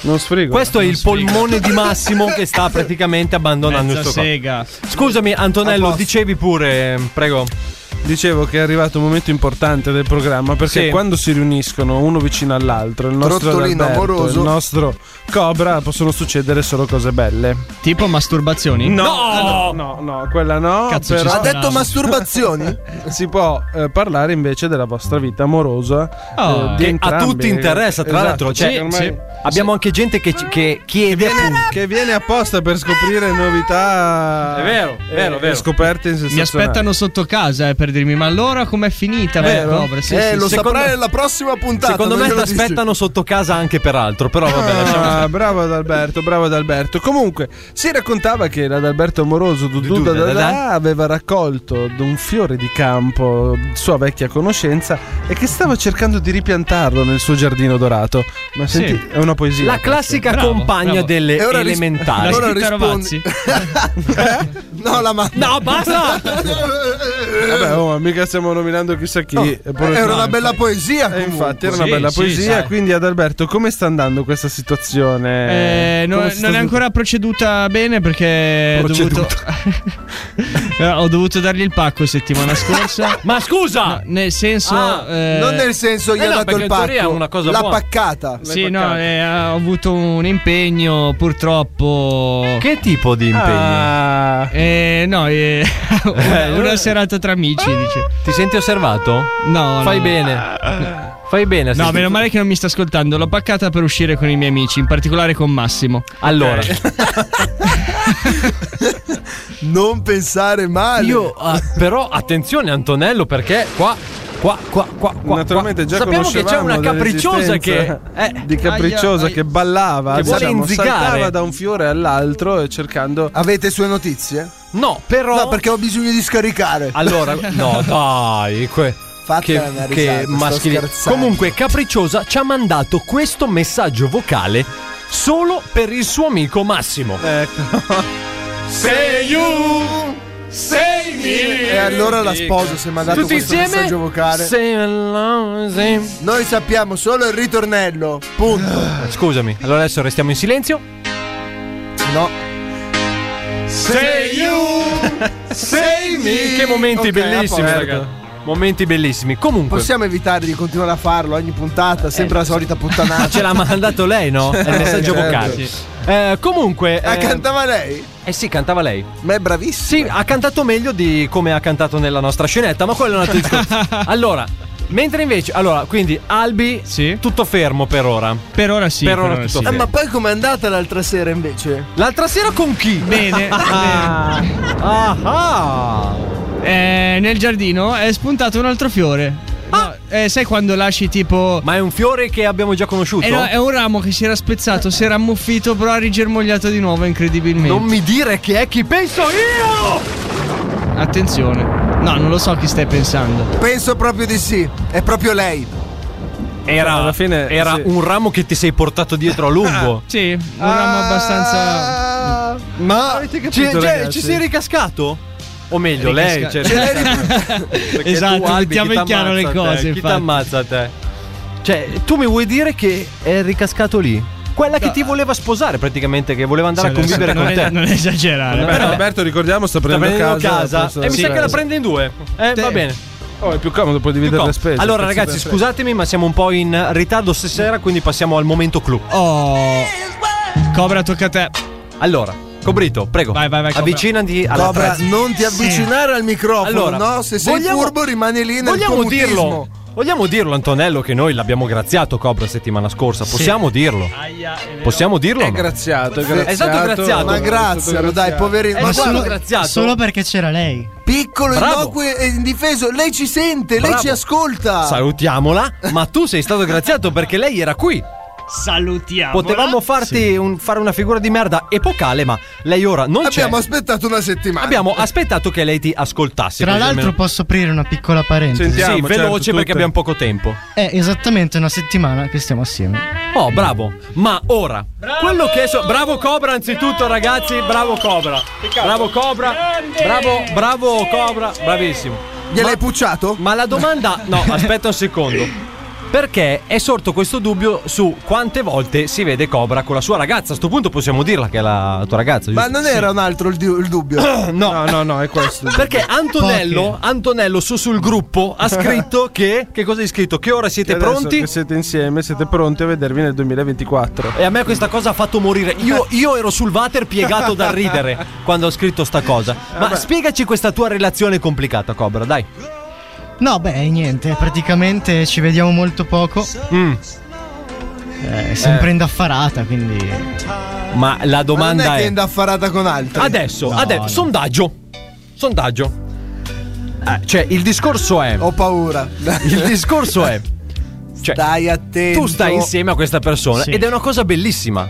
Speaker 8: Non sfrigo.
Speaker 9: Questo è il polmone di Massimo che sta praticamente abbandonando il
Speaker 8: Mezza
Speaker 9: suo corpo. Scusami, Antonello, dicevi pure, prego.
Speaker 8: Dicevo che è arrivato un momento importante del programma perché
Speaker 9: Sì.
Speaker 8: quando si riuniscono uno vicino all'altro, il nostro
Speaker 5: Trottolino
Speaker 8: Adalberto,
Speaker 5: amoroso.
Speaker 8: il nostro Cobra, possono succedere solo cose belle.
Speaker 18: Tipo masturbazioni?
Speaker 8: No, no, no, no, quella no.
Speaker 18: Cazzo, ci
Speaker 8: però-
Speaker 18: sta Ha detto naso.
Speaker 9: [laughs]
Speaker 5: masturbazioni?
Speaker 8: [laughs] si può eh, parlare invece della vostra vita amorosa. eh, di
Speaker 9: Oh. Che a
Speaker 8: entrambi.
Speaker 9: tutti interessa, tra
Speaker 8: Esatto,
Speaker 9: l'altro. Cioè,
Speaker 8: perché ormai-
Speaker 9: Abbiamo anche gente che, ci- che chiede appunto.
Speaker 8: Che viene apposta per scoprire novità.
Speaker 9: È vero, è vero, è
Speaker 8: eh,
Speaker 9: vero.
Speaker 8: Scoperte
Speaker 18: Mi aspettano sotto casa eh, per dirmi, ma allora com'è finita? la
Speaker 8: Vero?
Speaker 18: Cobra?" Sì,
Speaker 5: eh,
Speaker 18: sì,
Speaker 5: lo
Speaker 18: sì.
Speaker 5: saprai nella prossima puntata.
Speaker 9: Secondo
Speaker 5: non
Speaker 9: me ti
Speaker 5: glielo dici.
Speaker 9: aspettano sotto casa anche per altro, però vabbè, lasciamo stare.
Speaker 8: Ah, bravo Adalberto, bravo Adalberto. Comunque, si raccontava che l'Adalberto Moroso Dudu
Speaker 9: Dudu,
Speaker 8: Dadadà,
Speaker 9: Dadà.
Speaker 8: aveva raccolto da un fiore di campo sua vecchia conoscenza e che stava cercando di ripiantarlo nel suo giardino dorato. Ma
Speaker 9: Sì.
Speaker 8: senti, è una poesia.
Speaker 9: La
Speaker 8: questa.
Speaker 9: classica compagna delle
Speaker 8: E ora ris-
Speaker 9: elementari.
Speaker 8: Allora
Speaker 18: rispondi-
Speaker 5: No, la ma-
Speaker 9: No,
Speaker 5: [laughs]
Speaker 9: basta! Eh,
Speaker 8: Vabbè, oh, ma mica stiamo nominando chissà chi. È pure-
Speaker 5: Era
Speaker 8: No,
Speaker 5: una bella poesia.
Speaker 8: Eh,
Speaker 5: comunque.
Speaker 8: infatti, era
Speaker 18: Sì,
Speaker 8: una bella
Speaker 18: sì,
Speaker 8: poesia.
Speaker 18: sai.
Speaker 8: Quindi, Adalberto, come sta andando questa situazione?
Speaker 18: Eh, no-
Speaker 8: Come
Speaker 18: non
Speaker 8: si sta
Speaker 18: è
Speaker 8: sviluppando?
Speaker 18: ancora proceduta bene perché ho
Speaker 8: Proceduta.
Speaker 18: dovuto... [laughs] Eh, ho dovuto dargli il pacco settimana scorsa.
Speaker 9: Ma scusa!
Speaker 18: No, nel senso...
Speaker 5: Ah,
Speaker 18: eh,
Speaker 5: Non nel senso gli
Speaker 9: eh
Speaker 5: ha
Speaker 9: no,
Speaker 5: dato
Speaker 9: perché
Speaker 5: il
Speaker 9: in teoria
Speaker 5: pacco.
Speaker 9: è una cosa
Speaker 5: la
Speaker 9: buona.
Speaker 5: paccata.
Speaker 18: Sì, no, eh, ho avuto un impegno purtroppo.
Speaker 9: Che tipo di impegno?
Speaker 8: Ah.
Speaker 18: Eh, no, eh, [laughs] una,
Speaker 9: Eh,
Speaker 18: una
Speaker 9: allora-
Speaker 18: serata tra amici, dice.
Speaker 9: Ti senti osservato?
Speaker 18: No,
Speaker 9: Fai
Speaker 18: no.
Speaker 9: bene. Fai bene. a
Speaker 18: No,
Speaker 9: sentire-
Speaker 18: meno male che non mi sta ascoltando. L'ho paccata per uscire con i miei amici, in particolare con Massimo.
Speaker 9: Allora,
Speaker 8: Eh,
Speaker 5: Non pensare male.
Speaker 9: io eh, però attenzione Antonello perché qua qua qua qua qua,
Speaker 8: Naturalmente
Speaker 9: qua.
Speaker 8: già
Speaker 9: sappiamo che c'è
Speaker 8: conoscevamo
Speaker 9: una capricciosa che
Speaker 8: dell'esistenza
Speaker 9: eh,
Speaker 8: di capricciosa che ballava,
Speaker 9: Che vuole
Speaker 8: diciamo,
Speaker 9: inzigare.
Speaker 8: saltava da un fiore all'altro e cercando
Speaker 5: Avete sue notizie?
Speaker 9: No, però
Speaker 5: No, perché ho bisogno di scaricare.
Speaker 9: Allora,
Speaker 5: [laughs]
Speaker 9: no, dai, que-
Speaker 5: Fatela una risata,
Speaker 9: che
Speaker 5: sto
Speaker 9: maschili.
Speaker 5: scherzando.
Speaker 9: Comunque, Capricciosa ci ha mandato questo messaggio vocale solo per il suo amico Massimo.
Speaker 8: Sei you Sei
Speaker 5: E allora la sposa si è mandato
Speaker 9: Tutti
Speaker 5: questo
Speaker 9: insieme?
Speaker 5: messaggio vocale.
Speaker 9: Say hello, say-
Speaker 5: Noi sappiamo solo il ritornello. Punto.
Speaker 9: Eh, Scusami, allora adesso restiamo in silenzio.
Speaker 5: No.
Speaker 8: Sei you Sei
Speaker 9: [laughs] Che momenti
Speaker 5: Ok,
Speaker 9: bellissimi,
Speaker 5: a posto.
Speaker 9: raga. Momenti bellissimi.
Speaker 5: [laughs]
Speaker 9: Comunque,
Speaker 5: Possiamo evitare di continuare a farlo ogni puntata, sempre la solita
Speaker 9: ma [laughs] ce
Speaker 5: puttanata.
Speaker 9: l'ha mandato lei, no? È il messaggio
Speaker 5: certo.
Speaker 9: vocale. Eh, comunque,
Speaker 5: Ah,
Speaker 9: eh,
Speaker 5: cantava lei?
Speaker 9: eh sì, cantava lei.
Speaker 5: Ma è bravissima.
Speaker 9: Sì, ha cantato meglio di come ha cantato nella nostra scenetta, ma quello è un altro discorso.
Speaker 5: [laughs]
Speaker 9: Allora, mentre invece, allora, quindi Albi,
Speaker 18: Sì.
Speaker 9: tutto fermo per ora.
Speaker 18: Per ora sì.
Speaker 9: Per ora tutto
Speaker 18: sì.
Speaker 5: Eh, ma poi com'è andata l'altra sera invece?
Speaker 9: L'altra sera con chi?
Speaker 18: Bene.
Speaker 9: Ah, ah, ah.
Speaker 18: bene. Eh, nel giardino è spuntato un altro fiore. No, eh, sai quando lasci tipo.
Speaker 9: Ah. Ma è un fiore che abbiamo già conosciuto?
Speaker 18: Eh no, è un ramo che si era spezzato, si era ammuffito, però ha rigermogliato di nuovo incredibilmente.
Speaker 9: Non mi dire che è chi penso io!
Speaker 18: Attenzione. No, non lo so chi stai pensando.
Speaker 5: [laughs] Penso proprio di sì. È proprio lei.
Speaker 9: Ecco, Era,
Speaker 8: alla fine,
Speaker 9: era
Speaker 8: sì.
Speaker 9: un ramo che ti sei portato dietro a lungo.
Speaker 18: Sì, un ramo abbastanza.
Speaker 9: Ah. Ma
Speaker 8: Avete capito,
Speaker 9: ci, cioè,
Speaker 8: ragazzi?
Speaker 9: ci sei ricascato?
Speaker 18: Ah.
Speaker 9: O
Speaker 18: Eh,
Speaker 9: meglio, lei.
Speaker 18: Ricasca-
Speaker 9: Cioè,
Speaker 18: [laughs]
Speaker 9: Perché
Speaker 18: Esatto,
Speaker 9: Albi,
Speaker 18: mettiamo
Speaker 9: chi
Speaker 18: in chiaro le
Speaker 9: t'ammazza a
Speaker 18: cose,
Speaker 9: te? Chi ti
Speaker 18: infatti.
Speaker 9: ammazza a te? Cioè, tu mi vuoi dire che è ricascato lì? Quella che ti voleva sposare praticamente, che voleva andare a convivere con
Speaker 18: non,
Speaker 9: te.
Speaker 18: è- non esagerare. eh.
Speaker 8: Beh, Alberto, ricordiamo, sta
Speaker 9: Sta
Speaker 8: prendendo,
Speaker 9: prendendo casa,
Speaker 8: posso-
Speaker 9: e mi sa
Speaker 8: sì.
Speaker 9: che la prende in due. Eh,
Speaker 18: Te-
Speaker 9: va bene.
Speaker 8: Oh, è più comodo, puoi dividere le spese.
Speaker 9: allora,
Speaker 8: Cazzo
Speaker 9: ragazzi,
Speaker 8: te ne
Speaker 9: scusatemi, ma siamo un po' in ritardo stasera, quindi passiamo al momento clou.
Speaker 18: Oh. Cobra, tocca a te.
Speaker 9: Allora, Cobrito, prego.
Speaker 18: Vai, vai, vai, Cobra.
Speaker 9: Avvicinati alla
Speaker 5: Cobra,
Speaker 9: trezza.
Speaker 5: non ti avvicinare al microfono,
Speaker 9: Allora,
Speaker 5: no? Se sei
Speaker 9: vogliamo-
Speaker 5: furbo rimani lì nel
Speaker 9: Vogliamo
Speaker 5: tuo mutismo.
Speaker 9: dirlo. Vogliamo dirlo, Antonello, che noi l'abbiamo graziato Cobra settimana scorsa. Possiamo dirlo. Possiamo dirlo? o
Speaker 8: frega.
Speaker 9: no?
Speaker 8: È graziato, è graziato.
Speaker 9: È stato graziato.
Speaker 5: Ma grazialo, dai, poverino.
Speaker 9: È
Speaker 5: Ma
Speaker 9: stato
Speaker 5: guarda,
Speaker 9: graziato.
Speaker 10: Solo perché c'era lei.
Speaker 5: piccolo,
Speaker 9: Bravo.
Speaker 5: innocuo e indifeso, lei ci sente, lei
Speaker 9: Bravo.
Speaker 5: ci ascolta.
Speaker 9: Salutiamola. Ma tu sei stato graziato perché lei era qui.
Speaker 18: Salutiamo.
Speaker 9: Potevamo farti un- fare una figura di merda epocale, ma lei ora non c'è.
Speaker 5: Abbiamo aspettato una settimana.
Speaker 9: Abbiamo aspettato che lei ti ascoltasse.
Speaker 10: Tra
Speaker 9: così
Speaker 10: l'altro
Speaker 9: almeno- certo,
Speaker 10: posso aprire una piccola parentesi.
Speaker 9: sì,
Speaker 5: certo,
Speaker 9: veloce perché abbiamo poco tempo.
Speaker 10: È esattamente una settimana che stiamo assieme.
Speaker 9: Oh, bravo. Ma ora, quello che è so- bravo Cobra anzitutto ragazzi, bravo Cobra. Bravo Cobra. Bravo, bravo Cobra, bravissimo. Gliel'hai
Speaker 5: pucciato?
Speaker 9: Ma la domanda
Speaker 5: [laughs]
Speaker 9: No, aspetta un secondo. Perché è sorto questo dubbio su quante volte si vede Cobra con la sua ragazza. A sto punto possiamo dirla che è la tua ragazza, giusto?
Speaker 5: Ma non era un altro il, du- il dubbio?
Speaker 9: [coughs] No.
Speaker 8: no, no, è questo.
Speaker 9: Perché Antonello, Antonello su sul gruppo ha
Speaker 5: [laughs]
Speaker 9: scritto che che cosa hai scritto? Che ora siete
Speaker 8: Che adesso
Speaker 9: pronti?
Speaker 8: che siete insieme, siete pronti a vedervi nel 2024.
Speaker 9: E a me questa cosa ha fatto morire. Io, io ero sul water piegato dal ridere quando ho scritto sta cosa. Ma spiegaci questa tua relazione complicata, Cobra, dai.
Speaker 10: No, beh, niente, praticamente ci vediamo molto poco.
Speaker 9: Mm.
Speaker 10: È
Speaker 9: Eh.
Speaker 10: sempre indaffarata, quindi.
Speaker 9: Ma la
Speaker 10: Ma non
Speaker 9: domanda
Speaker 10: è che
Speaker 9: è.
Speaker 10: è
Speaker 5: indaffarata con altri.
Speaker 9: Adesso,
Speaker 10: No,
Speaker 9: adesso,
Speaker 10: no.
Speaker 9: sondaggio. Sondaggio. Eh, cioè, il discorso è.
Speaker 5: Ho paura.
Speaker 9: [laughs] Il discorso è. Cioè,
Speaker 5: stai attento.
Speaker 9: Tu stai insieme a questa persona
Speaker 5: Sì.
Speaker 9: ed è una cosa bellissima.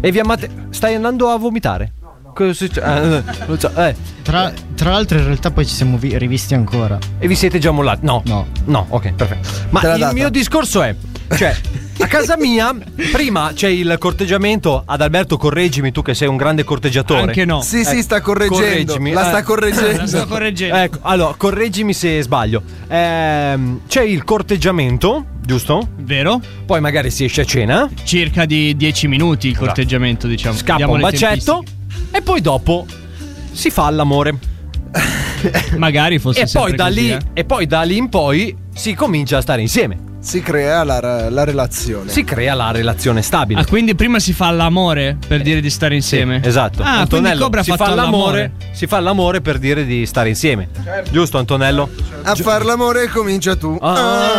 Speaker 9: E vi amate. Stai andando a vomitare? Cosa succede? Ah, no, non so, eh.
Speaker 10: Tra, Ah, tra l'altro, in realtà poi ci siamo vi- rivisti ancora.
Speaker 9: E vi siete già mollati? No. No. No, ok, perfetto. Ma
Speaker 10: Te l'ha
Speaker 9: il
Speaker 10: data.
Speaker 9: mio discorso è, cioè, a casa mia prima c'è il corteggiamento. Ad Alberto, correggimi tu che sei un grande corteggiatore. Eh,
Speaker 5: Anche no. Sì, sì, sta correggendo.
Speaker 9: [laughs]
Speaker 5: La sta correggendo. La sta correggendo.
Speaker 9: Ecco, allora, correggimi se sbaglio. Ehm, c'è il corteggiamento, giusto?
Speaker 18: Vero.
Speaker 9: Poi magari si esce a cena.
Speaker 18: Circa di 10 minuti il corteggiamento, diciamo.
Speaker 9: Scappa
Speaker 18: Diamo
Speaker 9: un
Speaker 18: le
Speaker 9: bacetto e poi dopo si fa l'amore.
Speaker 18: Magari fosse
Speaker 9: e poi
Speaker 18: sempre
Speaker 9: da
Speaker 18: così,
Speaker 9: lì
Speaker 18: eh.
Speaker 9: e poi da lì in poi si comincia a stare insieme.
Speaker 5: Si crea la, la relazione.
Speaker 9: Si crea la relazione stabile.
Speaker 18: Ah, quindi prima si fa l'amore per dire di stare insieme.
Speaker 9: Esatto.
Speaker 18: Ah, quindi
Speaker 9: Antonello
Speaker 18: Cobra ha
Speaker 9: si
Speaker 18: fatto
Speaker 9: fa l'amore,
Speaker 18: l'amore.
Speaker 9: si fa l'amore per dire di stare insieme.
Speaker 5: Certo.
Speaker 9: Giusto Antonello?
Speaker 5: A far l'amore comincia tu.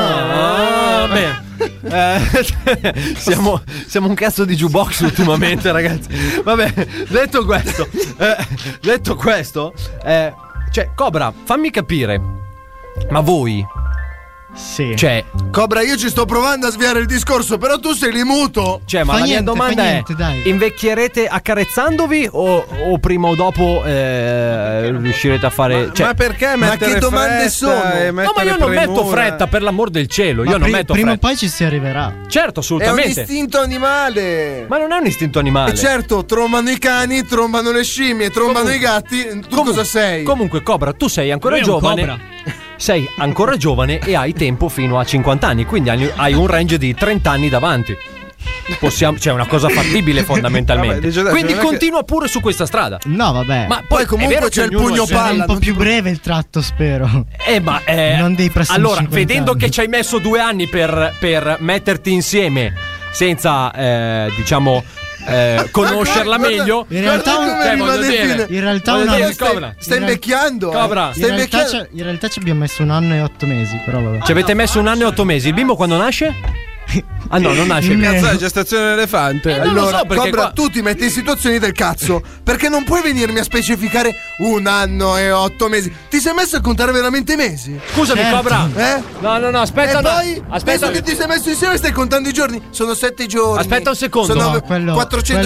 Speaker 9: Ah, bene. Eh, [laughs] siamo, siamo un cazzo di jukebox ultimamente, ragazzi. Vabbè, detto questo, eh, detto questo, eh, cioè, Cobra, fammi capire, ma voi,
Speaker 10: sì.
Speaker 9: cioè,
Speaker 5: Cobra, io ci sto provando a sviare il discorso, però tu sei lì muto.
Speaker 9: Cioè, ma la mia domanda è: invecchierete accarezzandovi o, o prima o dopo eh, riuscirete a fare. cioè-
Speaker 8: ma perché Ma mettere che domande fretta sono? e
Speaker 9: No, ma
Speaker 8: mettere
Speaker 9: io non metto
Speaker 8: premura?
Speaker 9: fretta, per l'amor del cielo.
Speaker 10: Ma
Speaker 9: io non
Speaker 10: pri-
Speaker 9: metto
Speaker 10: prima o
Speaker 9: fretta.
Speaker 10: poi ci si arriverà.
Speaker 9: Certo,
Speaker 5: È un
Speaker 9: assolutamente.
Speaker 5: istinto animale.
Speaker 9: Ma non è un istinto animale.
Speaker 5: E certo, trombano i cani, trombano le scimmie, trombano i gatti. Tu cosa sei?
Speaker 9: Comunque, Cobra, tu sei ancora
Speaker 5: Lui è un
Speaker 9: giovane.
Speaker 5: cobra.
Speaker 9: Sei ancora giovane e hai tempo fino a 50 anni, quindi hai hai un range di 30 anni davanti. Possiamo, cioè, è una cosa
Speaker 8: [laughs]
Speaker 9: fattibile
Speaker 10: Vabbè,
Speaker 9: fondamentalmente.
Speaker 10: dice, dai,
Speaker 9: quindi
Speaker 10: non è che-
Speaker 9: continua pure su questa strada.
Speaker 10: No, vabbè.
Speaker 9: Ma poi Poi comunque è vero c'è che il ognuno pugno è- palla,
Speaker 10: Sarà un po'
Speaker 9: non
Speaker 10: più breve il tratto, spero.
Speaker 9: Eh, ma eh,
Speaker 10: Non dei prossimi
Speaker 9: Allora,
Speaker 10: 50
Speaker 9: vedendo
Speaker 10: anni.
Speaker 9: che ci hai messo due anni per, per metterti insieme senza, eh, diciamo, eh, conoscerla
Speaker 5: Guarda-
Speaker 9: meglio, Eh,
Speaker 10: In realtà,
Speaker 5: Guarda
Speaker 10: un-
Speaker 5: come
Speaker 10: cioè,
Speaker 5: rimane
Speaker 9: voglio dire-
Speaker 5: fine.
Speaker 10: in realtà
Speaker 9: voglio
Speaker 10: un anno-
Speaker 9: dire,
Speaker 10: stai-
Speaker 9: Cobra.
Speaker 5: stai
Speaker 10: in real-
Speaker 5: invecchiando. eh.
Speaker 9: Cobra.
Speaker 5: Stai
Speaker 10: in, realtà
Speaker 5: invecchiando.
Speaker 10: ci- in realtà ci abbiamo messo un anno e otto mesi, però vabbè.
Speaker 9: Ci avete messo un anno e otto mesi. Il bimbo quando nasce? Ah no, non nasce.
Speaker 8: Che cazzo è gestazione elefante?
Speaker 9: Eh,
Speaker 5: allora, Cobra, tu ti metti in situazioni del cazzo. Perché non puoi venirmi a specificare un anno e otto mesi. Ti sei messo a contare veramente i mesi?
Speaker 9: Scusami, Certo. Cobra.
Speaker 5: Eh?
Speaker 9: No, no, no, aspetta,
Speaker 5: E
Speaker 9: no.
Speaker 5: poi,
Speaker 9: Aspetta.
Speaker 5: adesso che ti sei messo insieme, stai contando i giorni. Sono sette giorni.
Speaker 9: Aspetta un secondo.
Speaker 5: Sono
Speaker 9: No, quello-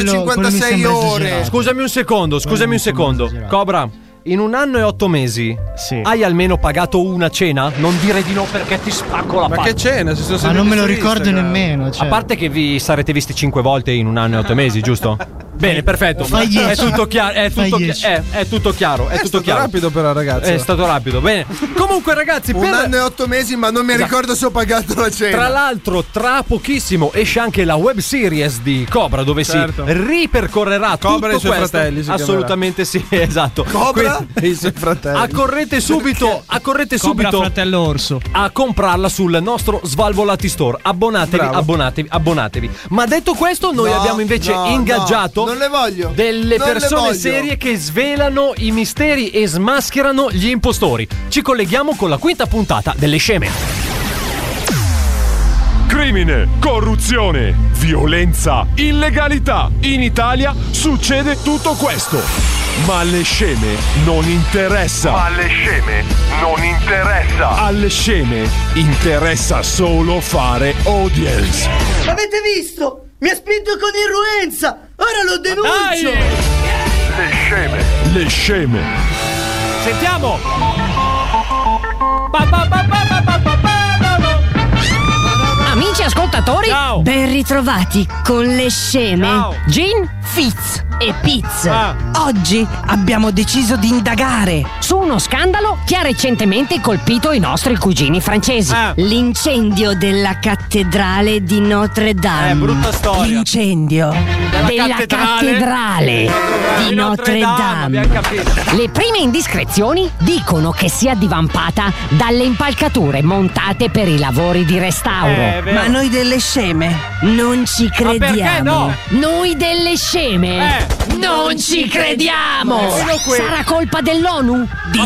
Speaker 5: 456 ore.
Speaker 9: Scusami un secondo, scusami un secondo. Cobra, in un anno e otto mesi Ah, hai almeno pagato una cena? Non dire di no perché ti spacco la
Speaker 8: Ma
Speaker 9: pancia.
Speaker 8: che cena? Si sono
Speaker 10: Ma
Speaker 8: seduti
Speaker 10: non me lo
Speaker 8: su
Speaker 10: ricordo
Speaker 8: Instagram.
Speaker 10: nemmeno. Cioè.
Speaker 9: A parte che vi sarete visti cinque volte in un anno e otto mesi, giusto?
Speaker 8: [laughs]
Speaker 9: Bene, perfetto.
Speaker 10: Fai
Speaker 9: È
Speaker 10: dieci.
Speaker 9: tutto chiaro, è
Speaker 10: Fai
Speaker 9: tutto, chi-
Speaker 10: dieci.
Speaker 9: è, è tutto chiaro, è,
Speaker 8: È
Speaker 9: tutto
Speaker 8: stato
Speaker 9: chiaro.
Speaker 8: rapido però ragazzi.
Speaker 9: È stato rapido, bene. Comunque ragazzi,
Speaker 5: Un
Speaker 9: per-
Speaker 5: anno e otto mesi, ma non mi
Speaker 9: Esatto.
Speaker 5: ricordo se ho pagato la cena.
Speaker 9: Tra l'altro, tra pochissimo esce anche la web series di Cobra, dove
Speaker 5: Certo.
Speaker 9: si ripercorrerà
Speaker 8: Cobra e
Speaker 9: tutto
Speaker 8: i suoi
Speaker 9: questo.
Speaker 8: fratelli si
Speaker 9: Assolutamente sì, [laughs] esatto.
Speaker 8: Cobra
Speaker 9: Quindi,
Speaker 8: e i suoi fratelli.
Speaker 9: Accorrete subito, accorrete
Speaker 18: Cobra
Speaker 9: subito
Speaker 18: fratello orso.
Speaker 9: a comprarla sul nostro Svalvolati Store. Abbonatevi,
Speaker 18: Bravo.
Speaker 9: abbonatevi, abbonatevi. Ma detto questo, noi
Speaker 5: No,
Speaker 9: abbiamo invece
Speaker 5: no,
Speaker 9: ingaggiato
Speaker 5: no, non le voglio.
Speaker 9: delle
Speaker 5: Non le
Speaker 9: persone
Speaker 5: voglio.
Speaker 9: serie che svelano i misteri e smascherano gli impostori. Ci colleghiamo con la quinta puntata delle sceme.
Speaker 4: Crimine, corruzione, violenza, illegalità. In Italia succede tutto questo. Ma alle sceme non interessa.
Speaker 1: Alle sceme non interessa.
Speaker 4: Alle sceme interessa solo fare audience.
Speaker 21: Avete visto? Mi ha spinto con irruenza! Ora lo denuncio!
Speaker 17: Le sceme.
Speaker 4: Le sceme.
Speaker 9: Sentiamo! Ba, ba, ba, ba, ba, ba, ba, ba, ba.
Speaker 14: Amici ascoltatori,
Speaker 9: Ciao.
Speaker 14: ben ritrovati con le sceme Gin, Fitz e Piz.
Speaker 9: Ah.
Speaker 14: Oggi abbiamo deciso di indagare su uno scandalo che ha recentemente colpito i nostri cugini francesi.
Speaker 9: Ah.
Speaker 14: L'incendio della cattedrale di Notre Dame.
Speaker 9: Eh, brutta storia.
Speaker 14: L'incendio della,
Speaker 9: cattedrale.
Speaker 14: cattedrale di Notre Dame.
Speaker 9: Abbiamo capito.
Speaker 14: Le prime indiscrezioni dicono che sia divampata dalle impalcature montate per i lavori di
Speaker 22: Eh, è
Speaker 14: restauro.
Speaker 22: vero. Ma noi
Speaker 14: delle sceme non ci
Speaker 22: Ma perché
Speaker 14: crediamo.
Speaker 22: no? Eh.
Speaker 14: Noi delle sceme non ci crediamo.
Speaker 22: Nemmeno qui.
Speaker 14: Sarà colpa dell'ONU? Di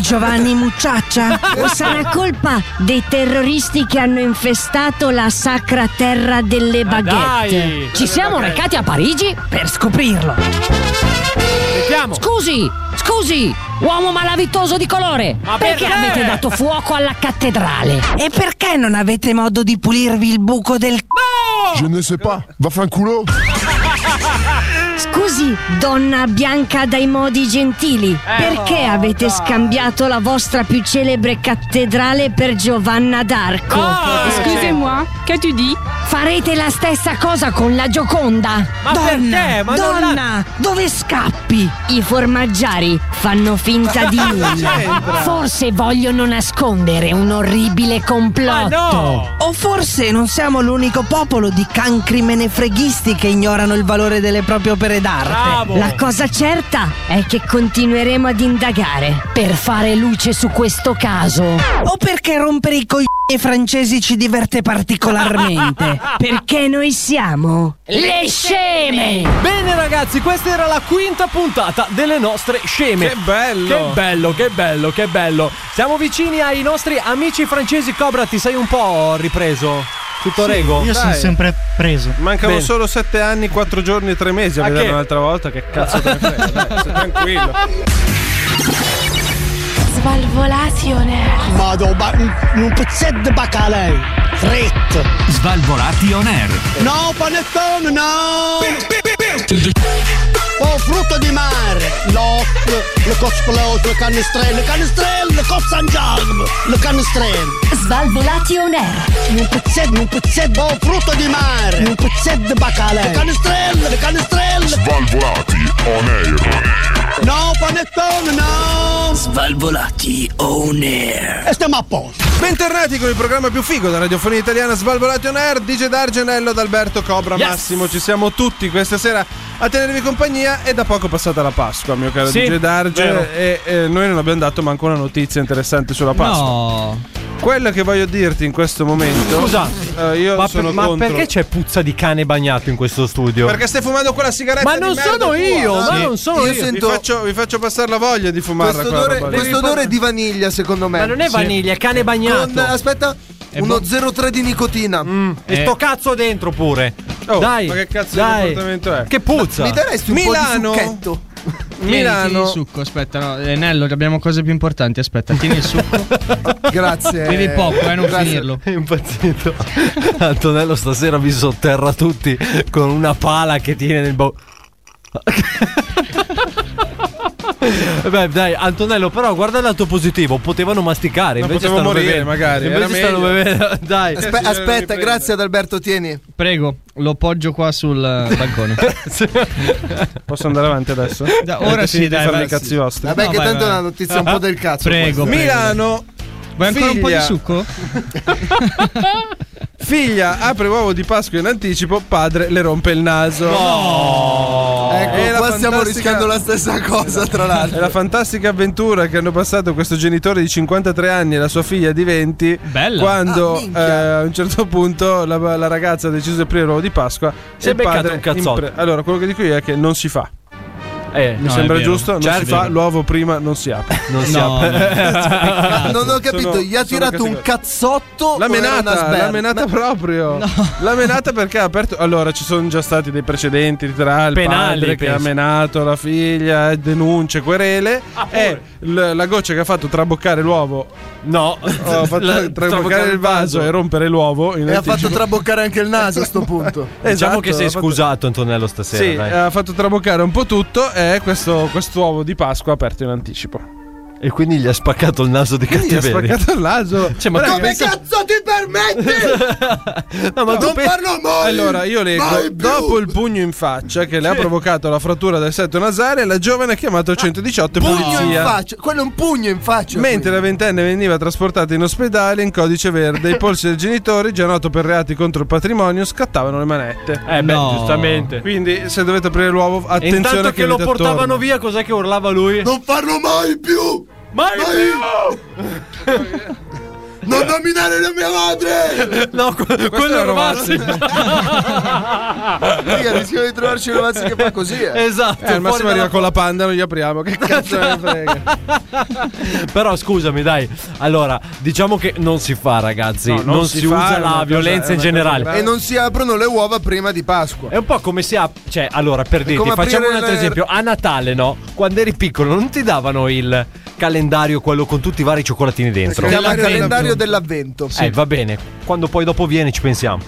Speaker 22: [laughs]
Speaker 14: Giovanni Mucciaccia? o sarà colpa dei terroristi che hanno infestato la sacra terra delle baguette?
Speaker 9: dai,
Speaker 14: ci siamo recati a Parigi per scoprirlo. Scusi, scusi, uomo malavitoso di colore,
Speaker 22: perché?
Speaker 14: perché, avete dato fuoco alla cattedrale?
Speaker 22: E perché non avete modo di pulirvi il buco del c***o?
Speaker 12: Je ne sais pas. Vaffanculo.
Speaker 14: Scusi, donna bianca dai modi gentili,
Speaker 23: Eh,
Speaker 14: perché avete scambiato la vostra più celebre cattedrale per Giovanna d'Arco?
Speaker 23: Oh, Excusez-moi,
Speaker 14: che tu di? Farete la stessa cosa con la Gioconda?
Speaker 23: Ma
Speaker 14: donna,
Speaker 23: perché? Ma non la-
Speaker 14: donna, dove scappi? I formaggiari fanno finta
Speaker 23: [laughs]
Speaker 14: di nulla.
Speaker 22: C'entra.
Speaker 14: Forse vogliono nascondere un orribile complotto.
Speaker 22: O forse non siamo l'unico popolo di cancri menefreghisti che ignorano il valore delle proprie opere d'arte.
Speaker 14: La cosa certa è che continueremo ad indagare per fare luce su questo caso.
Speaker 22: O perché rompere i coglioni ai francesi ci diverte particolarmente.
Speaker 14: perché noi siamo le sceme!
Speaker 9: Bene ragazzi, questa era la quinta puntata delle nostre sceme. Che
Speaker 8: bello!
Speaker 9: Che bello, che bello, che bello. Siamo vicini ai nostri amici francesi. Cobra, ti sei un po' ripreso? Tutto
Speaker 8: Sì,
Speaker 9: rego?
Speaker 10: Io sono
Speaker 8: Dai.
Speaker 10: sempre preso.
Speaker 8: Mancano
Speaker 10: Bene.
Speaker 8: solo 7 anni, 4 giorni e 3 mesi a
Speaker 10: Ah,
Speaker 8: vederlo
Speaker 10: che-
Speaker 8: un'altra volta. Che cazzo
Speaker 9: [laughs]
Speaker 8: te ne frega, dai, stai tranquillo.
Speaker 24: Svalvolazione. Vado ba- un, un pezzetto di bacalè. Fritto.
Speaker 7: Svalvolati on air.
Speaker 24: No, panettone, no! Oh, frutto di mare! No, le, le cosplot, le canestrelle, le canestrelle, le cozangialm, le canestrelle! Svalvolati on air! Un pezzetto, un pezzetto, oh, frutto di mare! Un pezzetto di bacalè! Le canestrelle, le canestrelle!
Speaker 16: Svalvolati on air.
Speaker 24: No, panettone, no!
Speaker 2: Svalvolati on air.
Speaker 24: E stiamo a posto!
Speaker 8: Bentornati con il programma più figo della radiofonia italiana Svalvolati on Air, DJ D'Argenello ad Alberto Cobra
Speaker 9: Yes.
Speaker 8: Massimo. Ci siamo tutti questa sera a tenervi compagnia. È da poco passata la Pasqua, mio caro
Speaker 9: Sì,
Speaker 8: DJ
Speaker 9: vero.
Speaker 8: D'Arge. E, eh, noi non abbiamo dato manco una notizia interessante sulla Pasqua. Quello che voglio dirti in questo momento.
Speaker 9: Scusa,
Speaker 8: eh, io
Speaker 9: ma, per-
Speaker 8: sono
Speaker 9: ma
Speaker 8: contro.
Speaker 9: perché c'è puzza di cane bagnato in questo studio?
Speaker 8: Perché stai fumando quella sigaretta?
Speaker 9: Ma
Speaker 8: di
Speaker 9: non
Speaker 8: merda
Speaker 9: sono
Speaker 8: tua?
Speaker 9: io, ma
Speaker 8: Sì.
Speaker 9: non sono io.
Speaker 8: Vi faccio, vi faccio passare la voglia di fumarla.
Speaker 5: Questo
Speaker 8: quella
Speaker 5: odore,
Speaker 8: roba lì.
Speaker 5: questo odore di vaniglia, secondo me.
Speaker 9: Ma non è vaniglia, è cane bagnato. Mm,
Speaker 5: Con, aspetta, uno 0,3 di nicotina.
Speaker 9: E sto cazzo dentro pure.
Speaker 8: Eh. Oh,
Speaker 9: dai,
Speaker 8: ma che cazzo di
Speaker 9: dai.
Speaker 8: comportamento è?
Speaker 9: Che puzza.
Speaker 5: Mi daresti un
Speaker 8: Milano.
Speaker 5: po' di succhetto?
Speaker 18: Tieni il succo, aspetta, no, eh, Nello, abbiamo cose più importanti, aspetta, tieni il succo.
Speaker 5: Grazie.
Speaker 18: Bevi poco, eh, non
Speaker 5: Grazie.
Speaker 18: finirlo.
Speaker 9: È impazzito. [laughs] Antonello stasera vi sotterra tutti con una pala che tiene nel bo. [laughs] Beh, dai, Antonello, però guarda il lato positivo. Potevano masticare,
Speaker 8: No,
Speaker 9: invece
Speaker 8: potevano
Speaker 9: stanno
Speaker 8: morire,
Speaker 9: bevendo.
Speaker 8: magari, era
Speaker 9: Invece stanno
Speaker 8: meglio.
Speaker 9: bevendo. Dai,
Speaker 5: Aspe- aspetta, grazie ad Alberto, tieni.
Speaker 18: Prego, lo poggio qua sul eh, [laughs] balcone.
Speaker 8: Posso andare avanti adesso?
Speaker 18: Da- ora sì, dai,
Speaker 8: Fare
Speaker 18: vai,
Speaker 8: i cazzi
Speaker 18: sì.
Speaker 8: vostri.
Speaker 18: Vabbè, No, che vai, tanto vai. è una
Speaker 5: notizia
Speaker 9: Ah,
Speaker 5: un po' del cazzo
Speaker 18: Prego, prego.
Speaker 8: Milano.
Speaker 18: Vuoi ancora un po' di
Speaker 8: figlia-
Speaker 18: succo?
Speaker 8: Figlia apre uovo di Pasqua in anticipo, padre le rompe il naso.
Speaker 5: No. Ecco,
Speaker 8: E la
Speaker 5: qua stiamo
Speaker 8: fantastica-
Speaker 5: rischiando la stessa cosa, tra l'altro.
Speaker 8: È la [laughs] fantastica avventura che hanno passato questo genitore di 53 anni e la sua figlia di 20.
Speaker 18: Bella.
Speaker 5: Ah,
Speaker 8: Quando eh, a un certo punto la, la ragazza ha deciso di aprire l'uovo di Pasqua.
Speaker 9: Si
Speaker 8: e
Speaker 9: è
Speaker 8: il
Speaker 9: beccato
Speaker 8: padre
Speaker 9: un cazzotto.
Speaker 8: impre- allora, quello che dico io è che non si fa.
Speaker 9: Eh,
Speaker 8: Mi
Speaker 9: no, è
Speaker 8: sembra
Speaker 9: vero.
Speaker 8: giusto? Non
Speaker 9: Certo.
Speaker 8: si fa, l'uovo prima non si apre.
Speaker 9: Non si [laughs] No, apre. no.
Speaker 5: [laughs] Non ho capito,
Speaker 8: Sono-
Speaker 5: gli ha
Speaker 8: sono
Speaker 5: tirato un
Speaker 8: categorie.
Speaker 5: cazzotto.
Speaker 8: La
Speaker 5: o era una
Speaker 8: menata,
Speaker 5: sberla?
Speaker 8: la menata proprio. [laughs] La menata perché ha aperto. Allora, ci sono già stati dei precedenti tra il
Speaker 9: Penali,
Speaker 8: padre che
Speaker 9: penso. Ah,
Speaker 8: ha menato la figlia, eh, denunce, querele. e l- la goccia che ha fatto traboccare l'uovo. Oh,
Speaker 9: No,
Speaker 8: ha fatto
Speaker 9: La-
Speaker 8: traboccare il vaso e rompere l'uovo. in
Speaker 5: E ha
Speaker 8: anticipo.
Speaker 5: fatto traboccare anche il naso a sto punto.
Speaker 8: [laughs] Esatto,
Speaker 9: diciamo che sei
Speaker 8: ha fatto-
Speaker 9: scusato, Antonello, stasera.
Speaker 8: Sì, eh,
Speaker 9: dai.
Speaker 8: ha fatto traboccare un po' tutto e questo quest'uovo di Pasqua ha aperto in anticipo.
Speaker 9: E quindi gli ha spaccato il naso di
Speaker 8: Gli ha
Speaker 9: cattiveria.
Speaker 8: spaccato il naso.
Speaker 9: Cioè, ma tu
Speaker 5: Come cazzo ti permetti?
Speaker 9: [laughs] No, ma tu
Speaker 5: non
Speaker 9: pensi-
Speaker 5: parlo mai!
Speaker 8: Allora, io leggo: dopo il pugno in faccia che le ha provocato la frattura del setto nasale, la giovane ha chiamato il 118 e
Speaker 5: Ah, Pugno in
Speaker 8: polizia.
Speaker 5: faccia. Quello è un pugno in faccia.
Speaker 8: Mentre la ventenne veniva trasportata in ospedale in codice verde, i polsi del genitore, già noto per reati contro il patrimonio, scattavano le manette.
Speaker 9: Eh beh, No. giustamente.
Speaker 8: Quindi, se dovete aprire l'uovo,
Speaker 9: E intanto
Speaker 8: attenzione
Speaker 9: che, lo portavano via, cos'è che urlava lui?
Speaker 5: Non farlo mai
Speaker 9: [laughs]
Speaker 5: più!
Speaker 9: Mai
Speaker 5: Non nominare la mia [laughs] madre!
Speaker 9: No, que- quello era Mazzi.
Speaker 5: Raga, rischiamo di trovarci una mazza che fa così. Eh.
Speaker 9: Esatto.
Speaker 8: Eh, al massimo
Speaker 9: fuori
Speaker 8: arriva
Speaker 9: dalla-
Speaker 8: con la panda, non gli apriamo. Che cazzo ne frega?
Speaker 9: Però scusami, dai. Allora, diciamo che non si fa, ragazzi.
Speaker 8: No,
Speaker 9: non, si,
Speaker 8: fa, è
Speaker 9: usa
Speaker 8: una cosa-
Speaker 9: la
Speaker 8: è
Speaker 9: violenza
Speaker 8: una
Speaker 9: in
Speaker 8: cosa
Speaker 9: generale.
Speaker 8: grave.
Speaker 5: E non si aprono le uova prima di Pasqua.
Speaker 9: È un po' come si ha. Cioè, allora, per dirti,
Speaker 5: come
Speaker 9: facciamo
Speaker 5: aprire
Speaker 9: un altro
Speaker 5: le-
Speaker 9: esempio. A Natale, no? Quando eri piccolo, non ti davano il calendario, quello con tutti i vari cioccolatini dentro.
Speaker 5: Si chiama il calendario
Speaker 9: Eh,
Speaker 5: dell'avvento.
Speaker 9: eh, va bene. Quando poi dopo viene, ci pensiamo.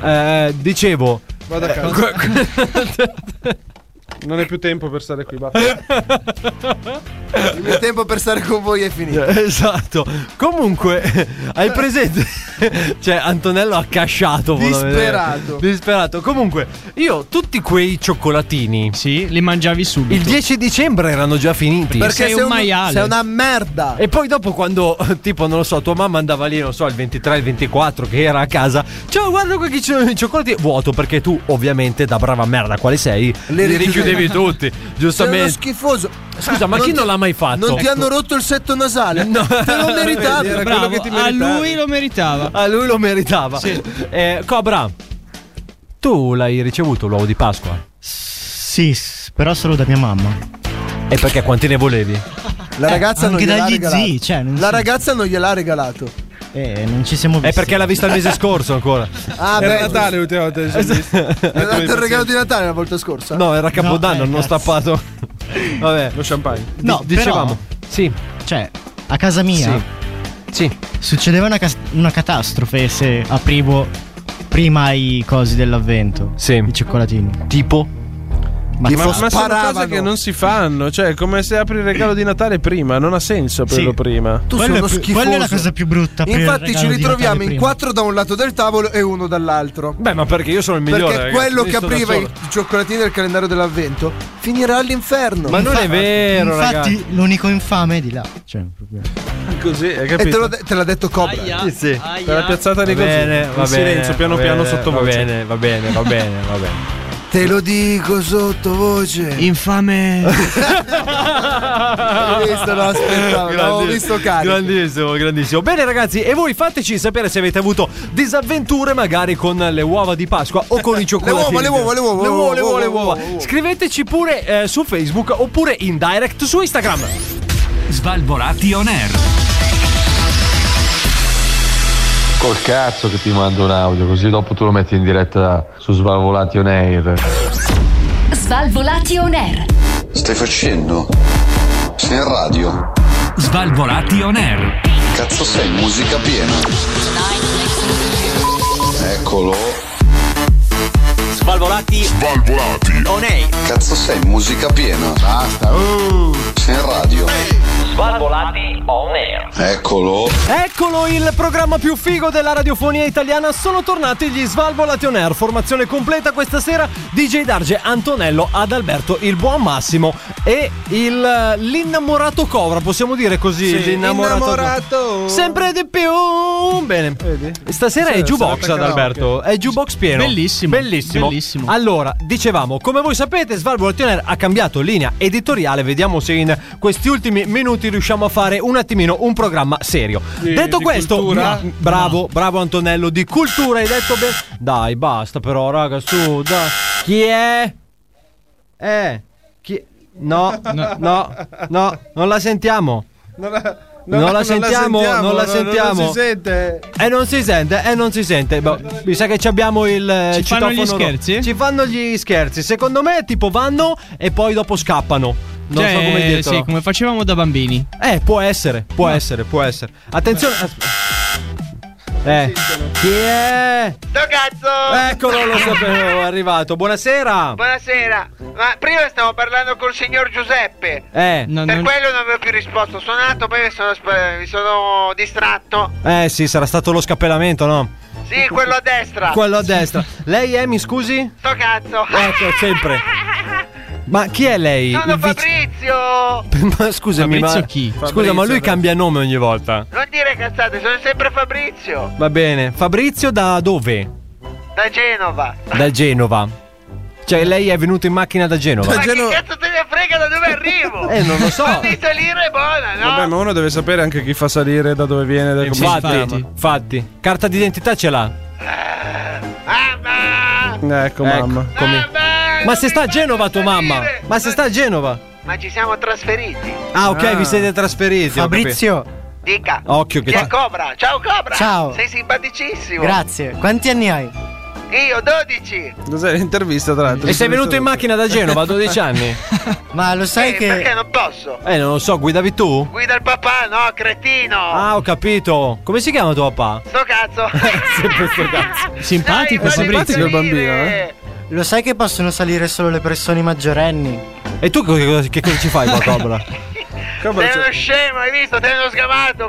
Speaker 9: Eh, dicevo.
Speaker 8: Vado a casa.
Speaker 9: [laughs]
Speaker 8: non è più tempo per stare qui. basta.
Speaker 5: Il mio tempo per stare con voi è finito.
Speaker 9: [laughs] Esatto. Comunque, hai presente? [laughs] cioè, Antonello ha casciato. volevo vedere.
Speaker 5: Disperato.
Speaker 9: Disperato. Comunque, io tutti quei cioccolatini.
Speaker 18: Sì, li mangiavi subito.
Speaker 9: Il 10 dicembre erano già finiti.
Speaker 18: Perché sei un maiale.
Speaker 5: Sei una merda.
Speaker 9: E poi dopo quando, [laughs] tipo, non lo so, tua mamma andava lì, non so, il 23, il 24 che era a casa. Ciao, guarda qua che ci sono i cioccolati. Vuoto, perché tu, ovviamente, da brava merda quale sei,
Speaker 5: Le
Speaker 9: li,
Speaker 5: richiudevi.
Speaker 9: richiudevi tutti.
Speaker 5: Sei uno
Speaker 9: Giustamente.
Speaker 5: schifoso.
Speaker 9: Scusa, ma chi
Speaker 5: ti-
Speaker 9: non l'ha mai fatto?
Speaker 5: Non ti
Speaker 9: Ecco.
Speaker 5: hanno rotto il setto nasale? No. Te lo meritavi.
Speaker 8: Era
Speaker 18: Bravo,
Speaker 8: quello che ti
Speaker 18: a
Speaker 8: meritavi.
Speaker 18: lui lo meritava.
Speaker 9: A lui lo meritava. Eh, Cobra, tu l'hai ricevuto l'uovo di Pasqua?
Speaker 10: Sì, s- però solo da mia mamma.
Speaker 9: E perché quanti ne volevi?
Speaker 5: Eh, La ragazza non
Speaker 10: eh, anche
Speaker 5: gliel'ha
Speaker 10: dagli
Speaker 5: regalato.
Speaker 10: zii, cioè, non
Speaker 5: La
Speaker 10: so.
Speaker 5: ragazza non gliel'ha regalato.
Speaker 10: Eh, non ci siamo visti.
Speaker 9: È perché l'ha vista il
Speaker 5: [laughs]
Speaker 9: mese scorso ancora.
Speaker 5: Ah,
Speaker 8: Era
Speaker 5: beh,
Speaker 8: Natale l'ultima volta
Speaker 9: [laughs]
Speaker 8: che ci sono visti.
Speaker 5: Mi ha dato il regalo di Natale la volta scorsa.
Speaker 9: No, era Capodanno,
Speaker 10: No, eh,
Speaker 9: non
Speaker 10: cazzo.
Speaker 9: stappato. Vabbè,
Speaker 8: Lo champagne.
Speaker 10: No,
Speaker 9: di- dicevamo. Sì,
Speaker 10: però, cioè, a casa mia
Speaker 9: sì. Sì.
Speaker 10: succedeva una, cas- una catastrofe se aprivo prima i cosi dell'avvento.
Speaker 9: Sì.
Speaker 10: I cioccolatini.
Speaker 9: Tipo?
Speaker 10: Ma,
Speaker 8: Ma, ma sono
Speaker 5: sparavano.
Speaker 8: cose che non si fanno, cioè è come se apri il regalo di Natale prima, non ha senso aprirlo
Speaker 10: Sì.
Speaker 8: prima.
Speaker 5: Tu
Speaker 10: Quello
Speaker 5: sei
Speaker 10: è
Speaker 5: uno
Speaker 10: più-
Speaker 5: schifoso.
Speaker 10: quella è la cosa più brutta, aprire il
Speaker 5: Infatti, ci
Speaker 10: regalo di
Speaker 5: ritroviamo
Speaker 10: Natale
Speaker 5: in
Speaker 10: prima.
Speaker 5: quattro da un lato del tavolo e uno dall'altro.
Speaker 9: Beh, ma perché io sono il migliore.
Speaker 5: Perché
Speaker 9: ragazzi,
Speaker 5: quello
Speaker 9: io
Speaker 5: che
Speaker 9: sto da
Speaker 5: apriva i
Speaker 9: solo.
Speaker 5: cioccolatini del calendario dell'avvento finirà all'inferno.
Speaker 9: Ma non è vero,
Speaker 10: Infatti,
Speaker 9: ragazzi.
Speaker 10: l'unico infame è di là. Cioè, proprio.
Speaker 8: Così, hai
Speaker 5: E te,
Speaker 8: capito?
Speaker 5: l'ho de- te l'ha detto Cobra.
Speaker 9: Sì, sì.
Speaker 8: Per la piazzata di
Speaker 9: Va
Speaker 8: così.
Speaker 9: bene,
Speaker 8: in
Speaker 9: va bene,
Speaker 8: silenzio, piano
Speaker 9: va
Speaker 8: piano
Speaker 9: bene,
Speaker 8: sottovoce.
Speaker 9: Va bene, va bene, va bene, va bene.
Speaker 18: [laughs]
Speaker 5: Te lo dico sottovoce.
Speaker 18: Infame.
Speaker 5: Hai visto, lo aspettavo. L'avevo
Speaker 9: Grandi-
Speaker 5: visto carico.
Speaker 9: Grandissimo, grandissimo. Bene, ragazzi, e voi fateci sapere se avete avuto disavventure, magari con le uova di Pasqua o con i cioccolatini.
Speaker 5: Le uova, le uova,
Speaker 9: le uova, le uova, le uova.
Speaker 5: le uova.
Speaker 9: Scriveteci pure eh, su Facebook oppure in direct su Instagram.
Speaker 7: Svalvolati on air.
Speaker 3: Col cazzo che ti mando un audio, così dopo tu lo metti in diretta su Svalvolati on Air.
Speaker 6: Svalvolati on air.
Speaker 11: Stai facendo? Sei in radio?
Speaker 7: Svalvolati on air.
Speaker 11: Cazzo sei, musica piena. Eccolo.
Speaker 2: Svalvolati
Speaker 16: Svalvolati.
Speaker 2: on air.
Speaker 11: Cazzo sei, musica piena. Basta. uh, Sei in radio. Eh.
Speaker 2: Svalvolati on air.
Speaker 11: Eccolo.
Speaker 9: Eccolo il programma più figo della radiofonia italiana. Sono tornati gli Svalvolati on Air. Formazione completa questa sera. DJ Darge, Antonello, Adalberto, il buon Massimo e il, eh, l'innamorato Cobra. Possiamo dire così?
Speaker 8: Sì, innamorato.
Speaker 9: Sempre di più. Bene.
Speaker 8: Vedi?
Speaker 9: Stasera
Speaker 8: Sì,
Speaker 9: è jukebox
Speaker 8: sarà
Speaker 9: Adalberto. È jukebox pieno.
Speaker 18: Bellissimo.
Speaker 9: Bellissimo.
Speaker 18: Bellissimo.
Speaker 9: Allora, dicevamo, come voi sapete, Svalvolati on Air ha cambiato linea editoriale. Vediamo se in questi ultimi minuti riusciamo a fare un attimino un programma serio.
Speaker 8: Sì,
Speaker 9: detto
Speaker 8: di
Speaker 9: questo,
Speaker 8: cultura?
Speaker 9: bra- bravo, bravo Antonello, di cultura hai detto bene. Dai, basta però, raga, su, dai. Chi è? Eh, chi No, no, no, non la sentiamo.
Speaker 8: Non la,
Speaker 9: Non la sentiamo, non la sentiamo.
Speaker 8: si sente.
Speaker 9: E Eh, non si sente, e non si sente. Boh, mi sa che ci abbiamo il. eh,
Speaker 18: Ci fanno gli
Speaker 9: citofono ro-
Speaker 18: scherzi?
Speaker 9: Ci fanno gli scherzi. Secondo me, tipo, vanno e poi dopo scappano. Non
Speaker 18: Cioè,
Speaker 9: so come dirtelo.
Speaker 18: Sì, come facevamo da bambini.
Speaker 9: Eh, può essere, può essere, può essere. Attenzione. asp- Eh. Chi è?
Speaker 13: Sto cazzo!
Speaker 9: Eccolo, lo sapevo, è arrivato. Buonasera.
Speaker 13: Buonasera, ma prima stavo parlando col signor Giuseppe.
Speaker 9: Eh. No,
Speaker 13: per
Speaker 9: non-
Speaker 13: quello non avevo più risposto. Ho suonato, poi mi sono, sp- mi sono distratto.
Speaker 9: Eh, sì, sarà stato lo scappellamento, no?
Speaker 13: Sì, quello a destra.
Speaker 9: Quello a destra. Lei è, mi scusi?
Speaker 13: Sto cazzo.
Speaker 9: Ecco, sempre. Ma chi è lei?
Speaker 13: Sono
Speaker 9: Il vice-
Speaker 13: Fabrizio!
Speaker 9: [laughs] ma scusami,
Speaker 13: Fabrizio
Speaker 9: ma...
Speaker 13: chi?
Speaker 9: Scusa,
Speaker 13: Fabrizio,
Speaker 9: ma lui
Speaker 13: no.
Speaker 9: cambia nome ogni volta.
Speaker 13: Non dire cazzate, sono sempre Fabrizio.
Speaker 9: Va bene. Fabrizio da dove?
Speaker 13: Da Genova.
Speaker 9: Da Genova. Cioè, lei è venuto in macchina da Genova.
Speaker 13: ma che cazzo te ne frega da dove arrivo?
Speaker 9: Eh, non lo so.
Speaker 13: Fammi salire, buona, no?
Speaker 8: Vabbè, ma uno deve sapere anche chi fa salire, da dove viene, da come si
Speaker 9: Infatti,
Speaker 8: chiama.
Speaker 9: infatti. Carta d'identità ce l'ha.
Speaker 8: Ecco, mamma.
Speaker 9: come- Ma se sta a Genova tua mamma? Ma se sta a Genova?
Speaker 13: Ma ci siamo trasferiti.
Speaker 9: Ah, ok, vi siete trasferiti. ho
Speaker 13: Fabrizio.
Speaker 9: capito.
Speaker 13: Dica.
Speaker 9: Occhio che
Speaker 13: Chi è
Speaker 9: fa-
Speaker 13: Cobra? Ciao Cobra.
Speaker 9: Ciao.
Speaker 13: Sei simpaticissimo.
Speaker 10: Grazie. Quanti anni hai?
Speaker 13: Io 12.
Speaker 8: Cos'è l'intervista, tra l'altro?
Speaker 9: [laughs] E sei venuto in macchina da Genova a 12 anni?
Speaker 10: [laughs] Ma lo sai
Speaker 13: Eh,
Speaker 10: che.
Speaker 13: Perché non posso?
Speaker 9: Eh, non lo so, guidavi tu?
Speaker 13: Guida il papà, no, cretino.
Speaker 9: Ah, ho capito. Come si chiama tuo papà?
Speaker 13: Sto cazzo.
Speaker 9: Sempre sto cazzo.
Speaker 13: Simpatico, Dai, Fabrizio.
Speaker 9: Simpatico il bambino, eh.
Speaker 10: Lo sai che possono salire solo le persone maggiorenni?
Speaker 9: E tu che cosa, che cosa ci fai qua, Cobra?
Speaker 13: Sei uno scemo, hai visto? Te l'ho sgamato,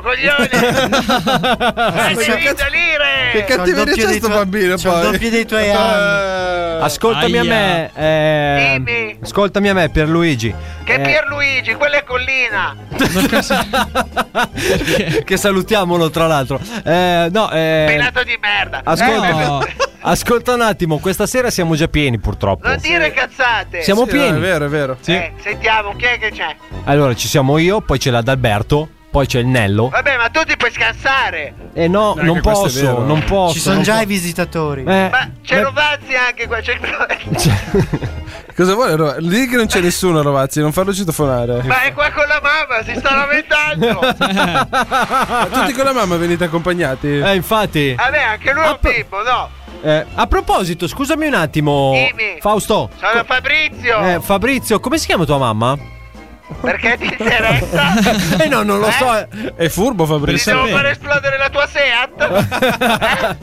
Speaker 9: [laughs]
Speaker 13: coglione. Eh, Hai finito lire.
Speaker 8: Che cattiveria c'è sto bambino poi? [laughs] Eh,
Speaker 9: Ascoltami a me. eh,
Speaker 13: Dimmi.
Speaker 9: ascoltami a me, Pierluigi.
Speaker 13: Che
Speaker 9: Eh,
Speaker 13: Pierluigi, quella è collina.
Speaker 9: [laughs] che salutiamolo, tra l'altro. Eh, no, eh,
Speaker 13: Pelato di merda.
Speaker 9: ascolta,
Speaker 13: Eh, no.
Speaker 9: ascolta un attimo, questa sera siamo già pieni, purtroppo.
Speaker 13: Non dire cazzate.
Speaker 9: Siamo pieni. vero.
Speaker 13: Eh, sentiamo, chi è che c'è?
Speaker 9: Allora, ci siamo io, poi c'è l'Adalberto, poi c'è il Nello.
Speaker 13: Vabbè, ma tu ti puoi scansare.
Speaker 9: E no,
Speaker 10: Anche
Speaker 9: non
Speaker 10: questo è
Speaker 9: posso,
Speaker 10: vero.
Speaker 9: non posso.
Speaker 10: Ci sono
Speaker 9: non
Speaker 10: già
Speaker 9: po-
Speaker 10: i visitatori.
Speaker 9: Eh,
Speaker 13: Ma c'è Rovazzi anche qua. C'è...
Speaker 8: [laughs] Cosa vuole Rovazzi? Lì che non c'è nessuno, Rovazzi, non farlo citofonare.
Speaker 13: Ma è qua con la mamma, si sta
Speaker 9: [laughs]
Speaker 13: lamentando.
Speaker 8: Ma tutti con la mamma venite accompagnati?
Speaker 9: Eh, infatti.
Speaker 13: Vabbè, anche lui è un bimbo, no?
Speaker 9: Eh, a proposito, scusami un attimo,
Speaker 13: Dimmi.
Speaker 9: Fausto.
Speaker 13: Sono Fabrizio.
Speaker 9: Eh, Fabrizio, come si chiama
Speaker 8: [laughs]
Speaker 9: tua mamma?
Speaker 13: Perché
Speaker 9: [laughs]
Speaker 13: ti interessa?
Speaker 9: eh no, non lo
Speaker 13: Eh?
Speaker 9: so.
Speaker 8: È furbo
Speaker 13: Ti
Speaker 8: Fabrizio.
Speaker 13: devo far esplodere la tua
Speaker 9: [laughs]
Speaker 13: Seat?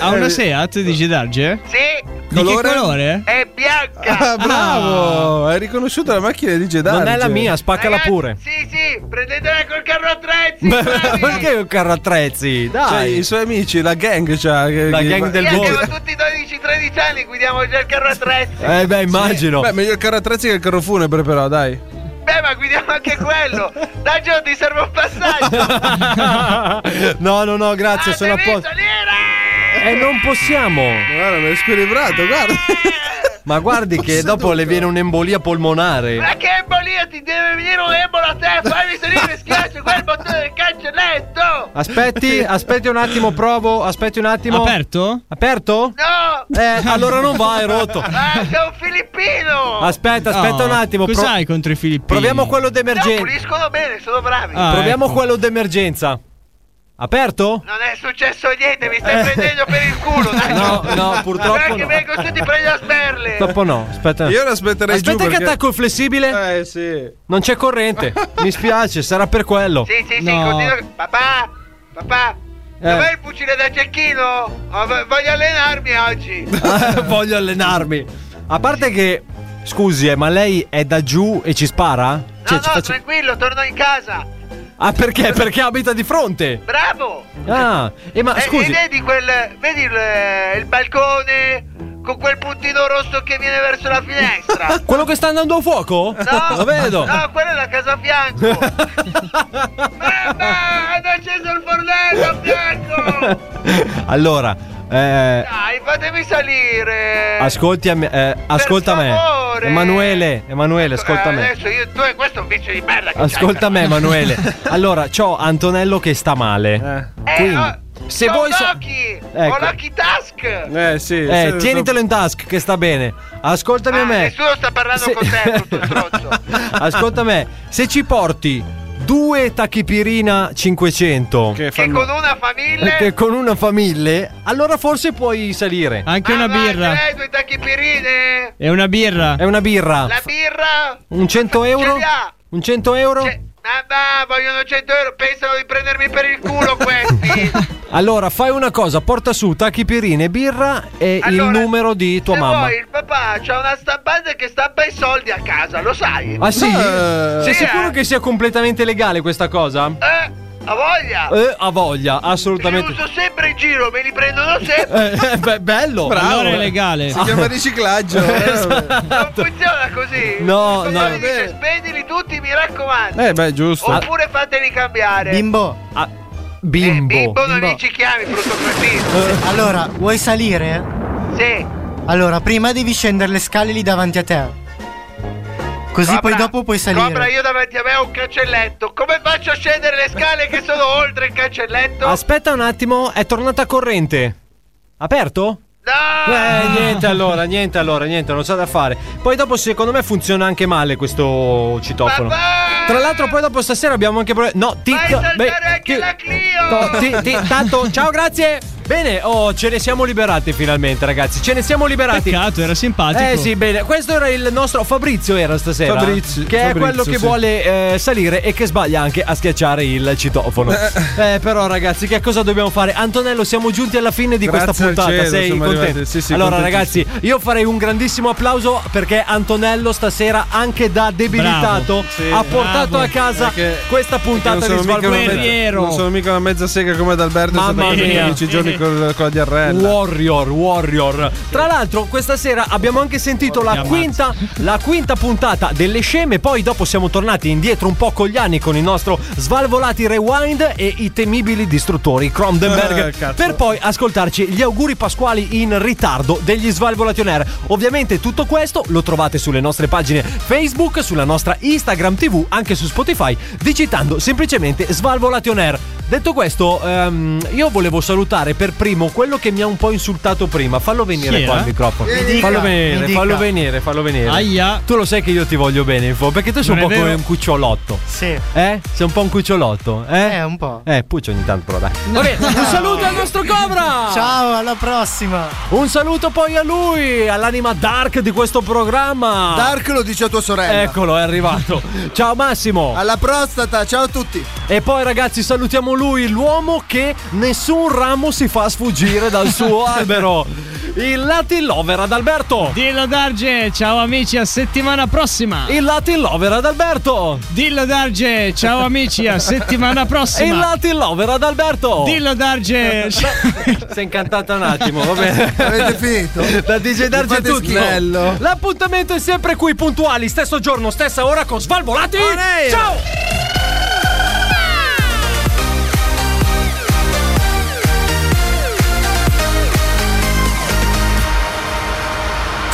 Speaker 18: Ha una Seat di Gedarge?
Speaker 13: sì?
Speaker 18: Di che colore?
Speaker 13: È bianca.
Speaker 8: Ah, bravo!
Speaker 10: Ah.
Speaker 8: Hai riconosciuto la macchina di Jedi.
Speaker 9: Non è la mia, spaccala pure.
Speaker 13: Sì, sì, prendetela col carro attrezzi.
Speaker 9: Ma Perché un carro attrezzi? Dai.
Speaker 8: Cioè, i suoi amici, la gang c'ha. che-
Speaker 9: La
Speaker 8: che-
Speaker 9: gang del
Speaker 13: Io
Speaker 9: mondo.
Speaker 13: abbiamo tutti 12-13 anni, guidiamo già il carro
Speaker 9: [laughs]
Speaker 13: attrezzi.
Speaker 9: Eh beh, immagino.
Speaker 8: Beh, meglio il carro attrezzi che il carro funebre, però, dai.
Speaker 13: Beh, ma guidiamo anche quello. Da Gio ti serve un
Speaker 9: [laughs]
Speaker 13: passaggio.
Speaker 9: [laughs] no, no, no,
Speaker 13: Ah,
Speaker 9: grazie, sono a posto. E non possiamo.
Speaker 8: Guarda, mi è squilibrato,
Speaker 13: [laughs]
Speaker 8: guarda.
Speaker 9: Ma guardi che dopo le viene un'embolia polmonare.
Speaker 13: Ma che embolia ti deve venire un embolo a te? Fammi salire, schiaccio quel bottone del cancelletto.
Speaker 8: [laughs]
Speaker 9: Aspetti, aspetti un attimo, provo, aspetti un attimo.
Speaker 18: Aperto?
Speaker 9: Aperto?
Speaker 13: No!
Speaker 9: Eh, allora non va, è rotto.
Speaker 13: Ah, sei un filippino!
Speaker 9: Aspetta, aspetta
Speaker 18: No,
Speaker 9: un attimo. pro-
Speaker 18: Cos'hai contro i filippini?
Speaker 9: proviamo quello
Speaker 13: No,
Speaker 9: d'emergenza.
Speaker 13: puliscono bene, sono bravi.
Speaker 18: Ah,
Speaker 9: proviamo
Speaker 18: ecco.
Speaker 9: quello d'emergenza. Aperto?
Speaker 13: Non è successo niente, mi stai prendendo per il culo. Dai.
Speaker 9: Eh. No, no, purtroppo
Speaker 13: Guarda che
Speaker 9: no.
Speaker 13: vengo su ti prendo a sberle.
Speaker 9: Purtroppo no, aspetta.
Speaker 8: Io lo aspetterei
Speaker 9: Aspetta
Speaker 8: giù
Speaker 9: che
Speaker 8: perché-
Speaker 9: attacco il flessibile.
Speaker 8: Eh, sì.
Speaker 9: Non c'è corrente. Mi spiace, sarà per quello.
Speaker 13: Sì, sì, sì,
Speaker 9: No. Eh.
Speaker 13: continua. Papà, papà. Dov'è il fucile da cecchino? Oh, v- voglio allenarmi oggi.
Speaker 9: Ah, [laughs] Voglio allenarmi. A parte che scusi, eh, ma lei è da giù e ci spara?
Speaker 13: No,
Speaker 9: Cioè,
Speaker 13: no,
Speaker 9: ci faccio-
Speaker 13: tranquillo, torno in casa.
Speaker 9: Ah, perché? Perché abita di fronte.
Speaker 13: Bravo.
Speaker 9: Ah, e ma
Speaker 13: Eh,
Speaker 9: scusi.
Speaker 13: E vedi quel. Vedi il, il balcone con quel puntino rosso che viene verso la finestra?
Speaker 9: [laughs] Ah, Quello che sta andando a fuoco?
Speaker 13: Ah. No,
Speaker 9: Lo vedo.
Speaker 13: No, quella è la casa a fianco. Mamma, hanno acceso il fornello a fianco.
Speaker 9: [laughs] Allora, eh,
Speaker 13: Dai, fatemi salire.
Speaker 9: ascolti a me- eh, ascolta me.
Speaker 13: favore.
Speaker 9: Emanuele, Emanuele, ascolta
Speaker 13: Eh,
Speaker 9: me.
Speaker 13: Adesso io, tu e questo è un bicio di merda. che
Speaker 9: Ascolta
Speaker 13: c'hai,
Speaker 9: me,
Speaker 13: [laughs]
Speaker 9: Emanuele. Allora, c'ho Antonello che sta male.
Speaker 13: però. Eh,
Speaker 9: Quindi,
Speaker 13: no,
Speaker 9: se
Speaker 13: ho
Speaker 9: vuoi. sa-
Speaker 13: Lucky,
Speaker 9: Ecco.
Speaker 13: Ho Lucky Task.
Speaker 8: Eh, sì.
Speaker 9: Eh,
Speaker 8: sì,
Speaker 9: tienitelo in tasca che sta bene. Ascoltami
Speaker 13: Ah,
Speaker 9: a me.
Speaker 13: Nessuno sta parlando
Speaker 9: Se-
Speaker 13: [laughs] con te, tutto il stronzo.
Speaker 9: Ascolta me, se ci porti due tachipirina 500 che,
Speaker 13: con una fa mille.
Speaker 9: che con una fa 1000, allora forse puoi salire.
Speaker 18: Anche
Speaker 13: Ah,
Speaker 18: una birra.
Speaker 13: Tre, eh, due tachipirine.
Speaker 18: È una birra.
Speaker 9: È una birra.
Speaker 13: La birra.
Speaker 9: Un 100 euro?
Speaker 13: Ce li ha.
Speaker 9: Un 100 euro?
Speaker 13: Cioè, Mamma, vogliono 100 euro. Pensano di prendermi per il
Speaker 9: [laughs]
Speaker 13: culo questi.
Speaker 9: Allora fai una cosa, porta su tachipirine e birra e
Speaker 13: Allora,
Speaker 9: il numero di tua
Speaker 13: Se
Speaker 9: mamma.
Speaker 13: vuoi, il papà c'ha una stampante che stampa i soldi a casa, lo sai.
Speaker 9: Ah sì? Sei
Speaker 13: Sì,
Speaker 9: sicuro
Speaker 13: eh.
Speaker 9: che sia completamente legale questa cosa?
Speaker 13: Eh, a voglia.
Speaker 9: Eh, ha voglia, assolutamente.
Speaker 13: Uso sempre in giro, me li prendono sempre.
Speaker 9: [laughs] Eh, eh, beh, bello.
Speaker 18: Bravo.
Speaker 9: Allora è
Speaker 18: legale.
Speaker 8: Si chiama riciclaggio.
Speaker 9: [laughs]
Speaker 13: Non funziona così.
Speaker 9: No,
Speaker 13: Il
Speaker 9: no.
Speaker 13: papà gli
Speaker 15: Eh.
Speaker 13: dice, spendili tutti, mi raccomando.
Speaker 8: Eh, beh, giusto.
Speaker 13: Oppure fateli cambiare.
Speaker 9: Ah, bimbo.
Speaker 13: Eh, Bimbo non li ci chiami, brutto
Speaker 9: Eh.
Speaker 13: cretino.
Speaker 15: Eh, Allora, vuoi salire?
Speaker 13: Sì.
Speaker 15: Allora, prima devi scendere le scale lì davanti a te. Così poi dopo puoi salire.
Speaker 13: Cobra, io davanti a me ho un cancelletto. Come faccio a scendere le scale che sono oltre il cancelletto?
Speaker 9: Aspetta un attimo, è tornata a corrente. Aperto?
Speaker 13: No!
Speaker 9: Eh, niente allora, niente allora, niente, non so da fare. Poi dopo secondo me funziona anche male questo citofono. Tra l'altro poi dopo stasera abbiamo anche pro- No, ti beh, ti- to- ti- ti- tanto ciao, grazie. Bene, oh, ce ne siamo liberati finalmente, ragazzi. Ce ne siamo liberati.
Speaker 18: Peccato, era simpatico.
Speaker 9: Eh sì, bene. Questo era il nostro Fabrizio era stasera.
Speaker 18: Fabrizio,
Speaker 9: che è
Speaker 18: Fabrizio,
Speaker 9: quello che
Speaker 18: sì.
Speaker 9: vuole eh, salire e che sbaglia anche a schiacciare il citofono. Eh, però ragazzi, che cosa dobbiamo fare? Antonello, siamo giunti alla fine di
Speaker 8: Grazie
Speaker 9: questa
Speaker 8: al
Speaker 9: puntata.
Speaker 8: cielo,
Speaker 9: Sei
Speaker 8: siamo
Speaker 9: contento?
Speaker 8: arrivati- sì, sì,
Speaker 9: allora ragazzi,
Speaker 8: contentissimo.
Speaker 9: io farei un grandissimo applauso perché Antonello stasera anche da debilitato
Speaker 8: Bravo. Sì.
Speaker 9: ha portato
Speaker 8: Bravo.
Speaker 9: a casa
Speaker 8: Perché-
Speaker 9: questa puntata
Speaker 8: mica
Speaker 9: di
Speaker 8: una
Speaker 9: Svalvolati.
Speaker 8: mezza, non sono mica una mezza sega come ad Alberto, è
Speaker 9: Mamma
Speaker 8: stato
Speaker 9: mia.
Speaker 8: 15 giorni con, con la diarrea.
Speaker 9: Warrior, Warrior. Tra l'altro, questa sera abbiamo anche sentito la quinta, la quinta puntata delle sceme. Poi, dopo, siamo tornati indietro un po' con gli anni con il nostro Svalvolati Rewind e i temibili distruttori
Speaker 8: Eh,
Speaker 9: Crondenberg.
Speaker 8: cazzo.
Speaker 9: per poi ascoltarci gli auguri pasquali in ritardo degli Svalvolati On Air. Ovviamente, tutto questo lo trovate sulle nostre pagine Facebook, sulla nostra Instagram TV, anche su Spotify, digitando semplicemente Svalvolati On Air. Detto questo, ehm, io volevo salutare per primo quello che mi ha un po' insultato prima. Fallo venire
Speaker 18: Chi
Speaker 9: qua
Speaker 18: era?
Speaker 9: al microfono.
Speaker 18: Mi dica,
Speaker 9: fallo
Speaker 18: mi
Speaker 9: venire,
Speaker 18: dica.
Speaker 9: fallo venire, fallo venire.
Speaker 18: Aia.
Speaker 9: Tu lo sai che io ti voglio bene, Info, perché tu sei
Speaker 15: Non
Speaker 9: un
Speaker 15: è
Speaker 9: po' come
Speaker 15: vero.
Speaker 9: un cucciolotto.
Speaker 15: Sì.
Speaker 9: Eh? Sei un po' un cucciolotto, eh?
Speaker 15: Eh, un po'.
Speaker 9: Eh, puccio ogni tanto, però dai. Va bene, [laughs] un saluto al nostro Cobra!
Speaker 15: Ciao, alla prossima!
Speaker 9: Un saluto poi a lui, all'anima dark di questo programma.
Speaker 5: Dark lo dice a tua sorella.
Speaker 9: Eccolo, è
Speaker 5: [laughs]
Speaker 9: arrivato. Ciao Massimo.
Speaker 5: Alla prostata, ciao a tutti.
Speaker 9: E poi ragazzi salutiamo lui, l'uomo che nessun ramo si fa sfuggire dal suo albero. Il Latin Lover ad Alberto.
Speaker 18: Dillo Darge, ciao amici, a settimana prossima.
Speaker 9: Il Latin Lover ad Alberto.
Speaker 18: Dillo Darge, ciao amici,
Speaker 9: [laughs]
Speaker 18: a settimana
Speaker 9: E il
Speaker 18: prossima.
Speaker 9: Latin Lover ad Alberto.
Speaker 18: Dillo Darge.
Speaker 9: [laughs] Si è incantata un attimo, va bene.
Speaker 5: Avete finito?
Speaker 9: Da DJ Darge è
Speaker 5: fate
Speaker 9: tutto.
Speaker 5: schifo. Bello.
Speaker 9: L'appuntamento è sempre qui, puntuali, stesso giorno, stessa ora con Svalvolati. Ciao!